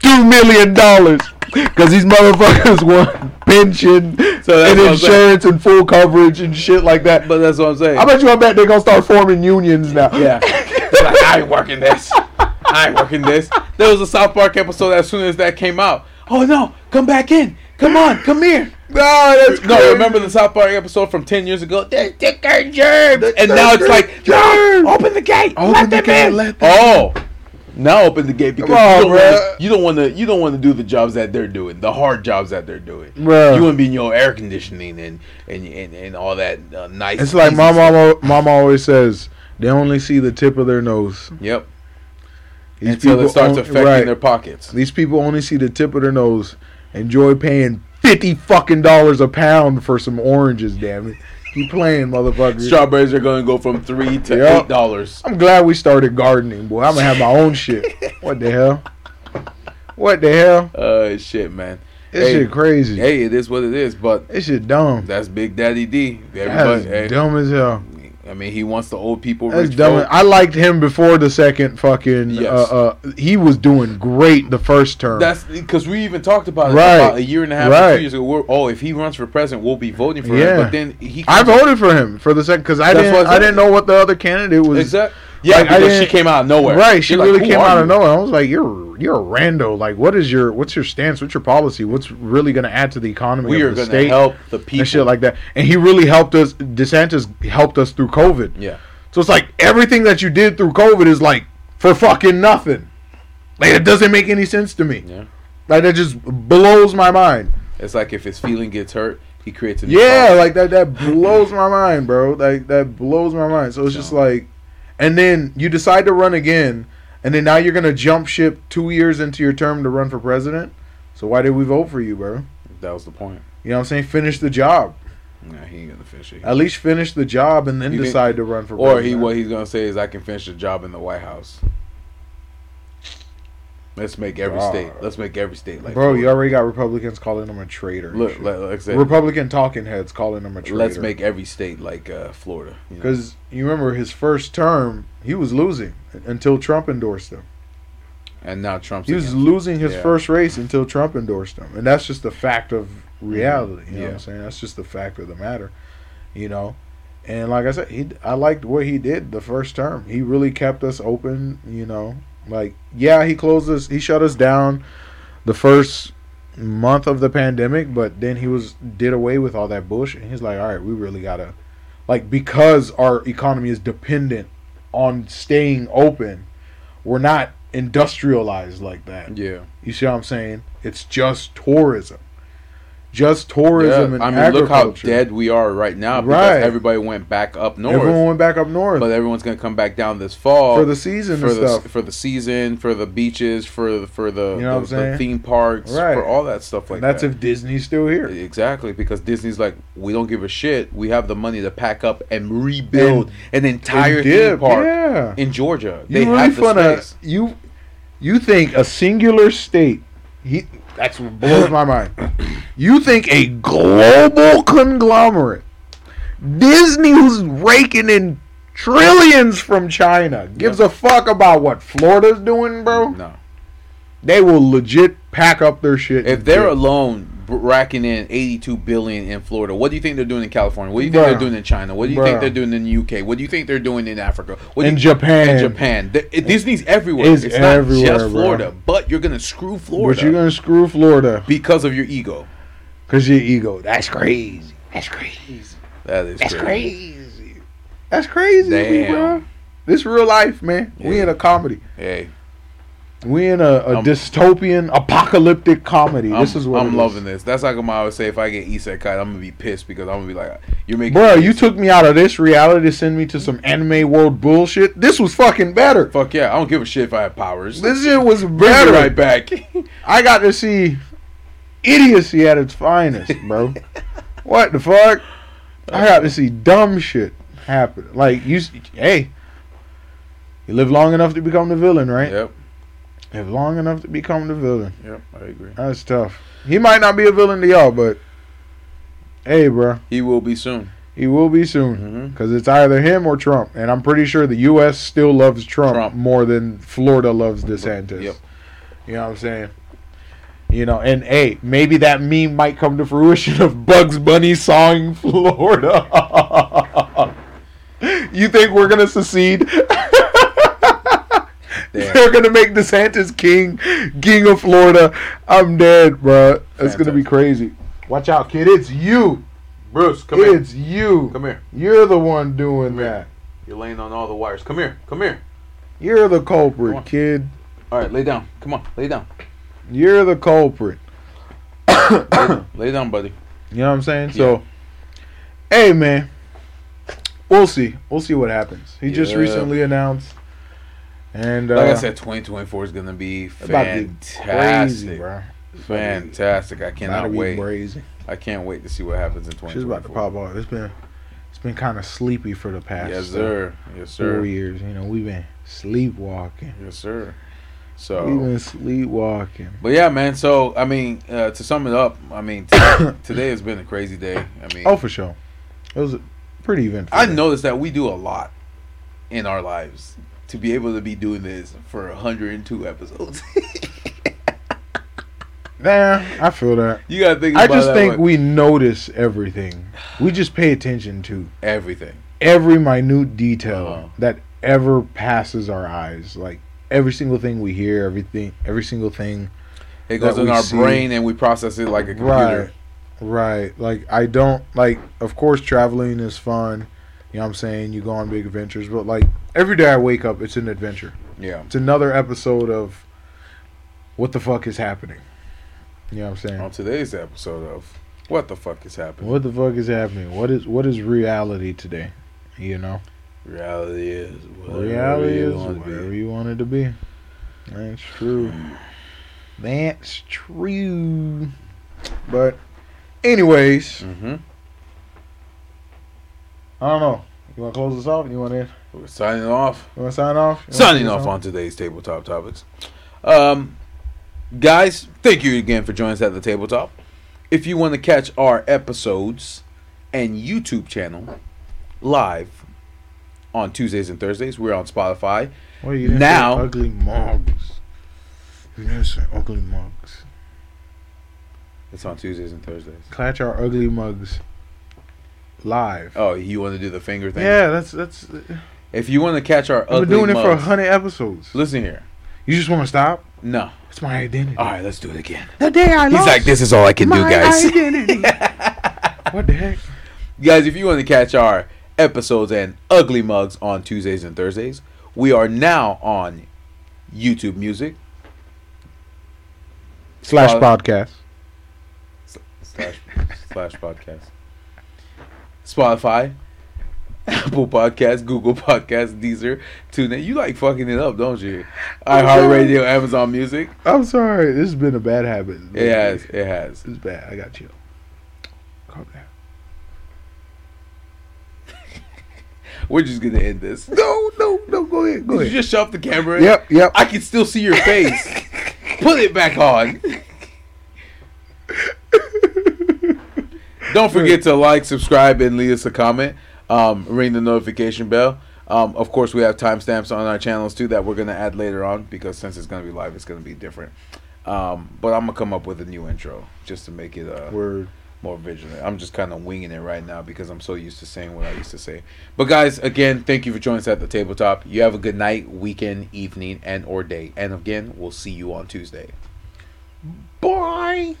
Speaker 1: two million dollars because these motherfuckers want pension
Speaker 2: So that's
Speaker 1: and
Speaker 2: what I'm saying.
Speaker 1: insurance and full coverage and shit like that
Speaker 2: But that's what I'm saying.
Speaker 1: I bet you I bet they're gonna start forming unions now.
Speaker 2: Yeah. They're like, I ain't working this. I ain't working this. There was a South Park episode as soon as that came out. Oh no, come back in. Come on, come here.
Speaker 1: No, that's
Speaker 2: No, remember the South Park episode from ten years ago? There's thicker germs. And now it's like
Speaker 1: germs.
Speaker 2: "No, open the gate.
Speaker 1: Open
Speaker 2: let
Speaker 1: the
Speaker 2: them
Speaker 1: gate,
Speaker 2: in.
Speaker 1: let them
Speaker 2: oh. Now open the gate because
Speaker 1: Come on,
Speaker 2: you, don't wanna,
Speaker 1: bruh.
Speaker 2: you don't want to you don't want to do the jobs that they're doing, the hard jobs that they're doing.
Speaker 1: Bruh.
Speaker 2: You want to be in your air conditioning and and and, and all that uh, nice.
Speaker 1: It's like
Speaker 2: easy
Speaker 1: my
Speaker 2: stuff.
Speaker 1: mama. Mama always says they only see the tip of their nose.
Speaker 2: Yep.
Speaker 1: These
Speaker 2: until it
Speaker 1: people
Speaker 2: starts
Speaker 1: on-
Speaker 2: affecting
Speaker 1: right.
Speaker 2: their pockets.
Speaker 1: These people only see the tip of their nose. Enjoy paying fifty fucking dollars a pound for some oranges. Damn it, keep playing, motherfucker.
Speaker 2: Strawberries are going to go from three to
Speaker 1: Yup.
Speaker 2: eight dollars.
Speaker 1: I'm glad we started gardening, boy. I'm gonna have my own shit. What the hell? What the hell?
Speaker 2: Uh, shit, man.
Speaker 1: This
Speaker 2: Hey,
Speaker 1: shit crazy.
Speaker 2: Hey, it is what it is, but
Speaker 1: This shit dumb.
Speaker 2: that's Big Daddy D.
Speaker 1: That
Speaker 2: Everybody,
Speaker 1: is
Speaker 2: hey,
Speaker 1: dumb as hell.
Speaker 2: I mean, he wants the old people
Speaker 1: That's
Speaker 2: rich
Speaker 1: dumb.
Speaker 2: folk.
Speaker 1: I liked him before the second fucking.
Speaker 2: Yes.
Speaker 1: Uh, uh, he was doing great the first term.
Speaker 2: That's because we even talked about it
Speaker 1: Right.
Speaker 2: about a year and a half, or
Speaker 1: Right.
Speaker 2: two years ago. We're, oh, if he runs for president, we'll be voting for
Speaker 1: Yeah.
Speaker 2: him. But then he,
Speaker 1: I voted for him for the second because I
Speaker 2: That's
Speaker 1: didn't.
Speaker 2: what I
Speaker 1: I
Speaker 2: said.
Speaker 1: didn't know what the other candidate was.
Speaker 2: Exactly. Yeah,
Speaker 1: Like, I
Speaker 2: because she
Speaker 1: didn't-
Speaker 2: came out of nowhere.
Speaker 1: Right, she
Speaker 2: You're like,
Speaker 1: really
Speaker 2: who
Speaker 1: came
Speaker 2: are
Speaker 1: out
Speaker 2: you?
Speaker 1: of nowhere. I was like, "You're you're a rando. Like, what is your what's your stance? What's your policy? What's really going to add to the economy
Speaker 2: We
Speaker 1: of
Speaker 2: are
Speaker 1: the
Speaker 2: going to
Speaker 1: state
Speaker 2: help the people.
Speaker 1: and shit like that?" And he really helped us. DeSantis helped us through COVID.
Speaker 2: yeah.
Speaker 1: So it's like everything that you did through COVID is like for fucking nothing. Like it doesn't make any sense to me.
Speaker 2: Yeah.
Speaker 1: Like that just blows my mind.
Speaker 2: It's like if his feeling gets hurt, he creates a new
Speaker 1: Yeah,
Speaker 2: problem.
Speaker 1: like that that blows my mind, bro. Like that blows my mind. So it's just like and then you decide to run again and then now you're going to jump ship 2 years into your term to run for president. So why did we vote for you, bro?
Speaker 2: That was the point.
Speaker 1: You know what I'm saying? Finish the job.
Speaker 2: Nah, he ain't going to finish it.
Speaker 1: At least finish the job and then
Speaker 2: You think-
Speaker 1: decide to run for
Speaker 2: Or he
Speaker 1: president.
Speaker 2: what he's going to say is, I can finish the job in the White House. Let's make every
Speaker 1: Wow.
Speaker 2: state. Let's make every state like
Speaker 1: Bro, you
Speaker 2: Florida.
Speaker 1: already got Republicans calling him a traitor. and
Speaker 2: Look,
Speaker 1: shit.
Speaker 2: let, like I said,
Speaker 1: Republican talking heads calling him a traitor.
Speaker 2: let's make every state like uh, Florida. you know?
Speaker 1: because you remember his first term, he was losing until Trump endorsed him.
Speaker 2: And now Trump's.
Speaker 1: He was
Speaker 2: against it.
Speaker 1: losing his
Speaker 2: Yeah.
Speaker 1: first race until Trump endorsed him, and that's just the fact of reality. You know what
Speaker 2: Yeah.
Speaker 1: I'm saying? That's just the fact of the matter. You know, and like I said, he I liked what he did the first term. He really kept us open. You know, like yeah, he closed us, he shut us down the first month of the pandemic, but then he was did away with all that bullshit. And he's like, all right, we really gotta like because our economy is dependent on staying open. We're not industrialized like that.
Speaker 2: Yeah.
Speaker 1: You see what I'm saying? It's just tourism. Just tourism and
Speaker 2: I mean,
Speaker 1: agriculture.
Speaker 2: look how dead we are right now because
Speaker 1: Right.
Speaker 2: everybody went back up north.
Speaker 1: Everyone went back up north
Speaker 2: but everyone's gonna come back down this fall
Speaker 1: for the season
Speaker 2: for
Speaker 1: and
Speaker 2: the,
Speaker 1: stuff.
Speaker 2: for the season, for the beaches, for the for the,
Speaker 1: You know
Speaker 2: the,
Speaker 1: what I'm
Speaker 2: the
Speaker 1: saying?
Speaker 2: theme parks,
Speaker 1: Right.
Speaker 2: for all that stuff like
Speaker 1: and that's
Speaker 2: that.
Speaker 1: if Disney's still here.
Speaker 2: exactly because Disney's like, we don't give a shit. We have the money to pack up and rebuild an entire
Speaker 1: And
Speaker 2: theme
Speaker 1: dip,
Speaker 2: park
Speaker 1: Yeah.
Speaker 2: in Georgia.
Speaker 1: You
Speaker 2: They
Speaker 1: really
Speaker 2: have the
Speaker 1: finna-
Speaker 2: space.
Speaker 1: you you think a singular state he that's what blows my mind. You think a global conglomerate Disney who's raking in trillions from China gives a fuck about what Florida's doing, bro?
Speaker 2: No,
Speaker 1: They will legit pack up their shit.
Speaker 2: if
Speaker 1: and
Speaker 2: they're
Speaker 1: dip.
Speaker 2: alone b- racking in 82 billion in Florida, what do you think they're doing in California? What do you think
Speaker 1: Bruh.
Speaker 2: they're doing in China? What do you think
Speaker 1: Bruh.
Speaker 2: they're doing in the UK? What do you think they're doing in Africa? What do
Speaker 1: in
Speaker 2: you-
Speaker 1: Japan,
Speaker 2: in Japan. Th- it- Disney's everywhere.
Speaker 1: It's
Speaker 2: It's, not
Speaker 1: everywhere,
Speaker 2: just
Speaker 1: bro.
Speaker 2: Florida, but you're gonna screw Florida
Speaker 1: but you're gonna screw Florida
Speaker 2: because of your ego.
Speaker 1: because your ego. That's
Speaker 4: crazy. That's crazy.
Speaker 2: That is
Speaker 4: That's
Speaker 2: crazy.
Speaker 4: crazy.
Speaker 1: that's crazy, to me,
Speaker 2: Damn.
Speaker 1: bro. This real life, man. We
Speaker 2: Yeah.
Speaker 1: in a comedy.
Speaker 2: Hey,
Speaker 1: We in a, a
Speaker 2: I'm-
Speaker 1: dystopian, apocalyptic comedy.
Speaker 2: I'm,
Speaker 1: this is what
Speaker 2: I'm
Speaker 1: it is.
Speaker 2: loving this. That's like I always say. If I get isekai, I'm gonna be pissed because I'm gonna be like, you're making
Speaker 1: Bro, you took me out of this reality to send me to some anime world bullshit. This was fucking better.
Speaker 2: fuck yeah. I don't give a shit if I have powers. This
Speaker 1: This shit was
Speaker 2: I'll
Speaker 1: better.
Speaker 2: be right back.
Speaker 1: I got to see idiocy at its finest, bro. what the fuck? I got to see dumb shit happen. Like you, s- hey, you live long enough to become the villain, right?
Speaker 2: yep,
Speaker 1: Live long enough to become the villain.
Speaker 2: yep, I agree.
Speaker 1: That's tough. He might not be a villain to y'all, but hey, bro,
Speaker 2: He will be soon.
Speaker 1: he will be soon.
Speaker 2: hmm
Speaker 1: Because it's either him or Trump. And I'm pretty sure the U.S. still loves Trump,
Speaker 2: Trump.
Speaker 1: more than Florida loves DeSantis.
Speaker 2: Yep.
Speaker 1: You know what I'm saying? You know, and hey, maybe that meme might come to fruition of Bugs Bunny sawing Florida. you think we're going to secede?
Speaker 2: Damn.
Speaker 1: They're going to make DeSantis king, king of Florida. I'm dead, bro. That's going to be
Speaker 2: Fantastic.
Speaker 1: crazy. Watch out, kid. It's you.
Speaker 2: Bruce, come here.
Speaker 1: It's you.
Speaker 2: Come here.
Speaker 1: You're the one doing
Speaker 2: here.
Speaker 1: that.
Speaker 2: You're laying on all the wires. Come here. Come here.
Speaker 1: You're the
Speaker 2: Come on.
Speaker 1: culprit, kid.
Speaker 2: All right, lay down. Come on, lay down.
Speaker 1: You're the culprit.
Speaker 2: Lay down, buddy.
Speaker 1: You know what I'm saying? So, hey, man, we'll see. We'll see what happens. He just
Speaker 2: Yeah.
Speaker 1: recently announced, and uh,
Speaker 2: Like I said, 2024 is gonna be
Speaker 1: about to be
Speaker 2: fantastic.
Speaker 1: crazy, bro.
Speaker 2: Fantastic! I
Speaker 1: About to
Speaker 2: cannot
Speaker 1: be
Speaker 2: wait.
Speaker 1: crazy.
Speaker 2: I can't wait to see what happens in 2024.
Speaker 1: She's about to pop off. It's been, it's been kind of sleepy for the past
Speaker 2: Yes,
Speaker 1: uh,
Speaker 2: sir. Yes,
Speaker 1: four
Speaker 2: sir.
Speaker 1: years. You know, we've been sleepwalking.
Speaker 2: Yes, sir.
Speaker 1: We've
Speaker 2: So,
Speaker 1: been sleepwalking.
Speaker 2: but yeah, man. So, I mean, uh, to sum it up, I mean, today, today has been a crazy day. I mean,
Speaker 1: Oh, for Oh, sure. It was pretty eventful.
Speaker 2: I
Speaker 1: day.
Speaker 2: noticed that we do a lot in our lives to be able to be doing this for 102 episodes.
Speaker 1: Nah, I feel that.
Speaker 2: you gotta think.
Speaker 1: I
Speaker 2: about
Speaker 1: just
Speaker 2: that
Speaker 1: think
Speaker 2: one.
Speaker 1: we notice everything. We just pay attention to
Speaker 2: everything.
Speaker 1: every minute detail
Speaker 2: Uh-huh.
Speaker 1: that ever passes our eyes. Like every single thing we hear, everything, every single thing.
Speaker 2: It goes
Speaker 1: that
Speaker 2: in
Speaker 1: we
Speaker 2: our
Speaker 1: see.
Speaker 2: brain and we process it like a computer.
Speaker 1: Right. Like I don't like. Of course, traveling is fun. You know what I'm saying? You go on big adventures, but like every day I wake up, it's an adventure.
Speaker 2: Yeah.
Speaker 1: It's another episode of what the fuck is happening. You know what I'm saying?
Speaker 2: On today's episode of What the Fuck is Happening?
Speaker 1: What the fuck is happening? What is what is reality today? You know,
Speaker 2: Reality is what
Speaker 1: reality
Speaker 2: it
Speaker 1: is
Speaker 2: wants to be.
Speaker 1: whatever you want it to be. That's true. That's true. But, anyways,
Speaker 2: Mhm.
Speaker 1: I don't know. You want to close this off? You want to
Speaker 2: We're signing off.
Speaker 1: you want to sign off? You wanna
Speaker 2: Signing
Speaker 1: say
Speaker 2: off
Speaker 1: something?
Speaker 2: on today's tabletop topics. Um, guys, thank you again for joining us at the tabletop. If you want to catch our episodes and YouTube channel live on Tuesdays and Thursdays, we're on Spotify.
Speaker 1: What are you gonna say?
Speaker 2: Now-
Speaker 1: Ugly mugs. You never say ugly mugs.
Speaker 2: It's on Tuesdays and Thursdays.
Speaker 1: Catch our ugly mugs live.
Speaker 2: Oh, you want to do the finger thing?
Speaker 1: yeah, that's that's. I've
Speaker 2: If you want to catch our
Speaker 1: been
Speaker 2: ugly
Speaker 1: doing it for
Speaker 2: mugs-
Speaker 1: hundred episodes.
Speaker 2: listen here.
Speaker 1: You just want to stop?
Speaker 2: No.
Speaker 1: It's my identity.
Speaker 2: All right, let's do it again.
Speaker 1: The day I
Speaker 2: Oh. He's like, this is all I can do, guys.
Speaker 1: identity. what the heck?
Speaker 2: Guys, if you want to catch our episodes and ugly mugs on Tuesdays and Thursdays, we are now on YouTube Music
Speaker 1: Slash
Speaker 2: Uh,
Speaker 1: podcast.
Speaker 2: slash slash podcast, Spotify, Apple Podcasts, Google Podcasts, Deezer, TuneIn. You like fucking it up, don't you? iHeartRadio, Amazon Music.
Speaker 1: I'm sorry. This has been a bad habit.
Speaker 2: It has, it has.
Speaker 1: It's bad. I got chill. Calm down.
Speaker 2: We're just gonna end this.
Speaker 1: No, no, no. Go ahead. Go
Speaker 2: Did you
Speaker 1: ahead.
Speaker 2: just shove the camera? in?
Speaker 1: Yep, yep.
Speaker 2: I can still see your face. Put it back on. Don't forget to like, subscribe, and leave us a comment. Um, ring the notification bell. Um, of course, we have timestamps on our channels too that we're gonna add later on because since it's gonna be live, it's gonna be different. Um, but I'm gonna come up with a new intro just to make it uh,
Speaker 1: Word.
Speaker 2: more vigilant. I'm just kind of winging it right now because I'm so used to saying what I used to say. But guys, again, thank you for joining us at the tabletop. You have a good night, weekend, evening, and or day. And again, we'll see you on Tuesday.
Speaker 1: Bye.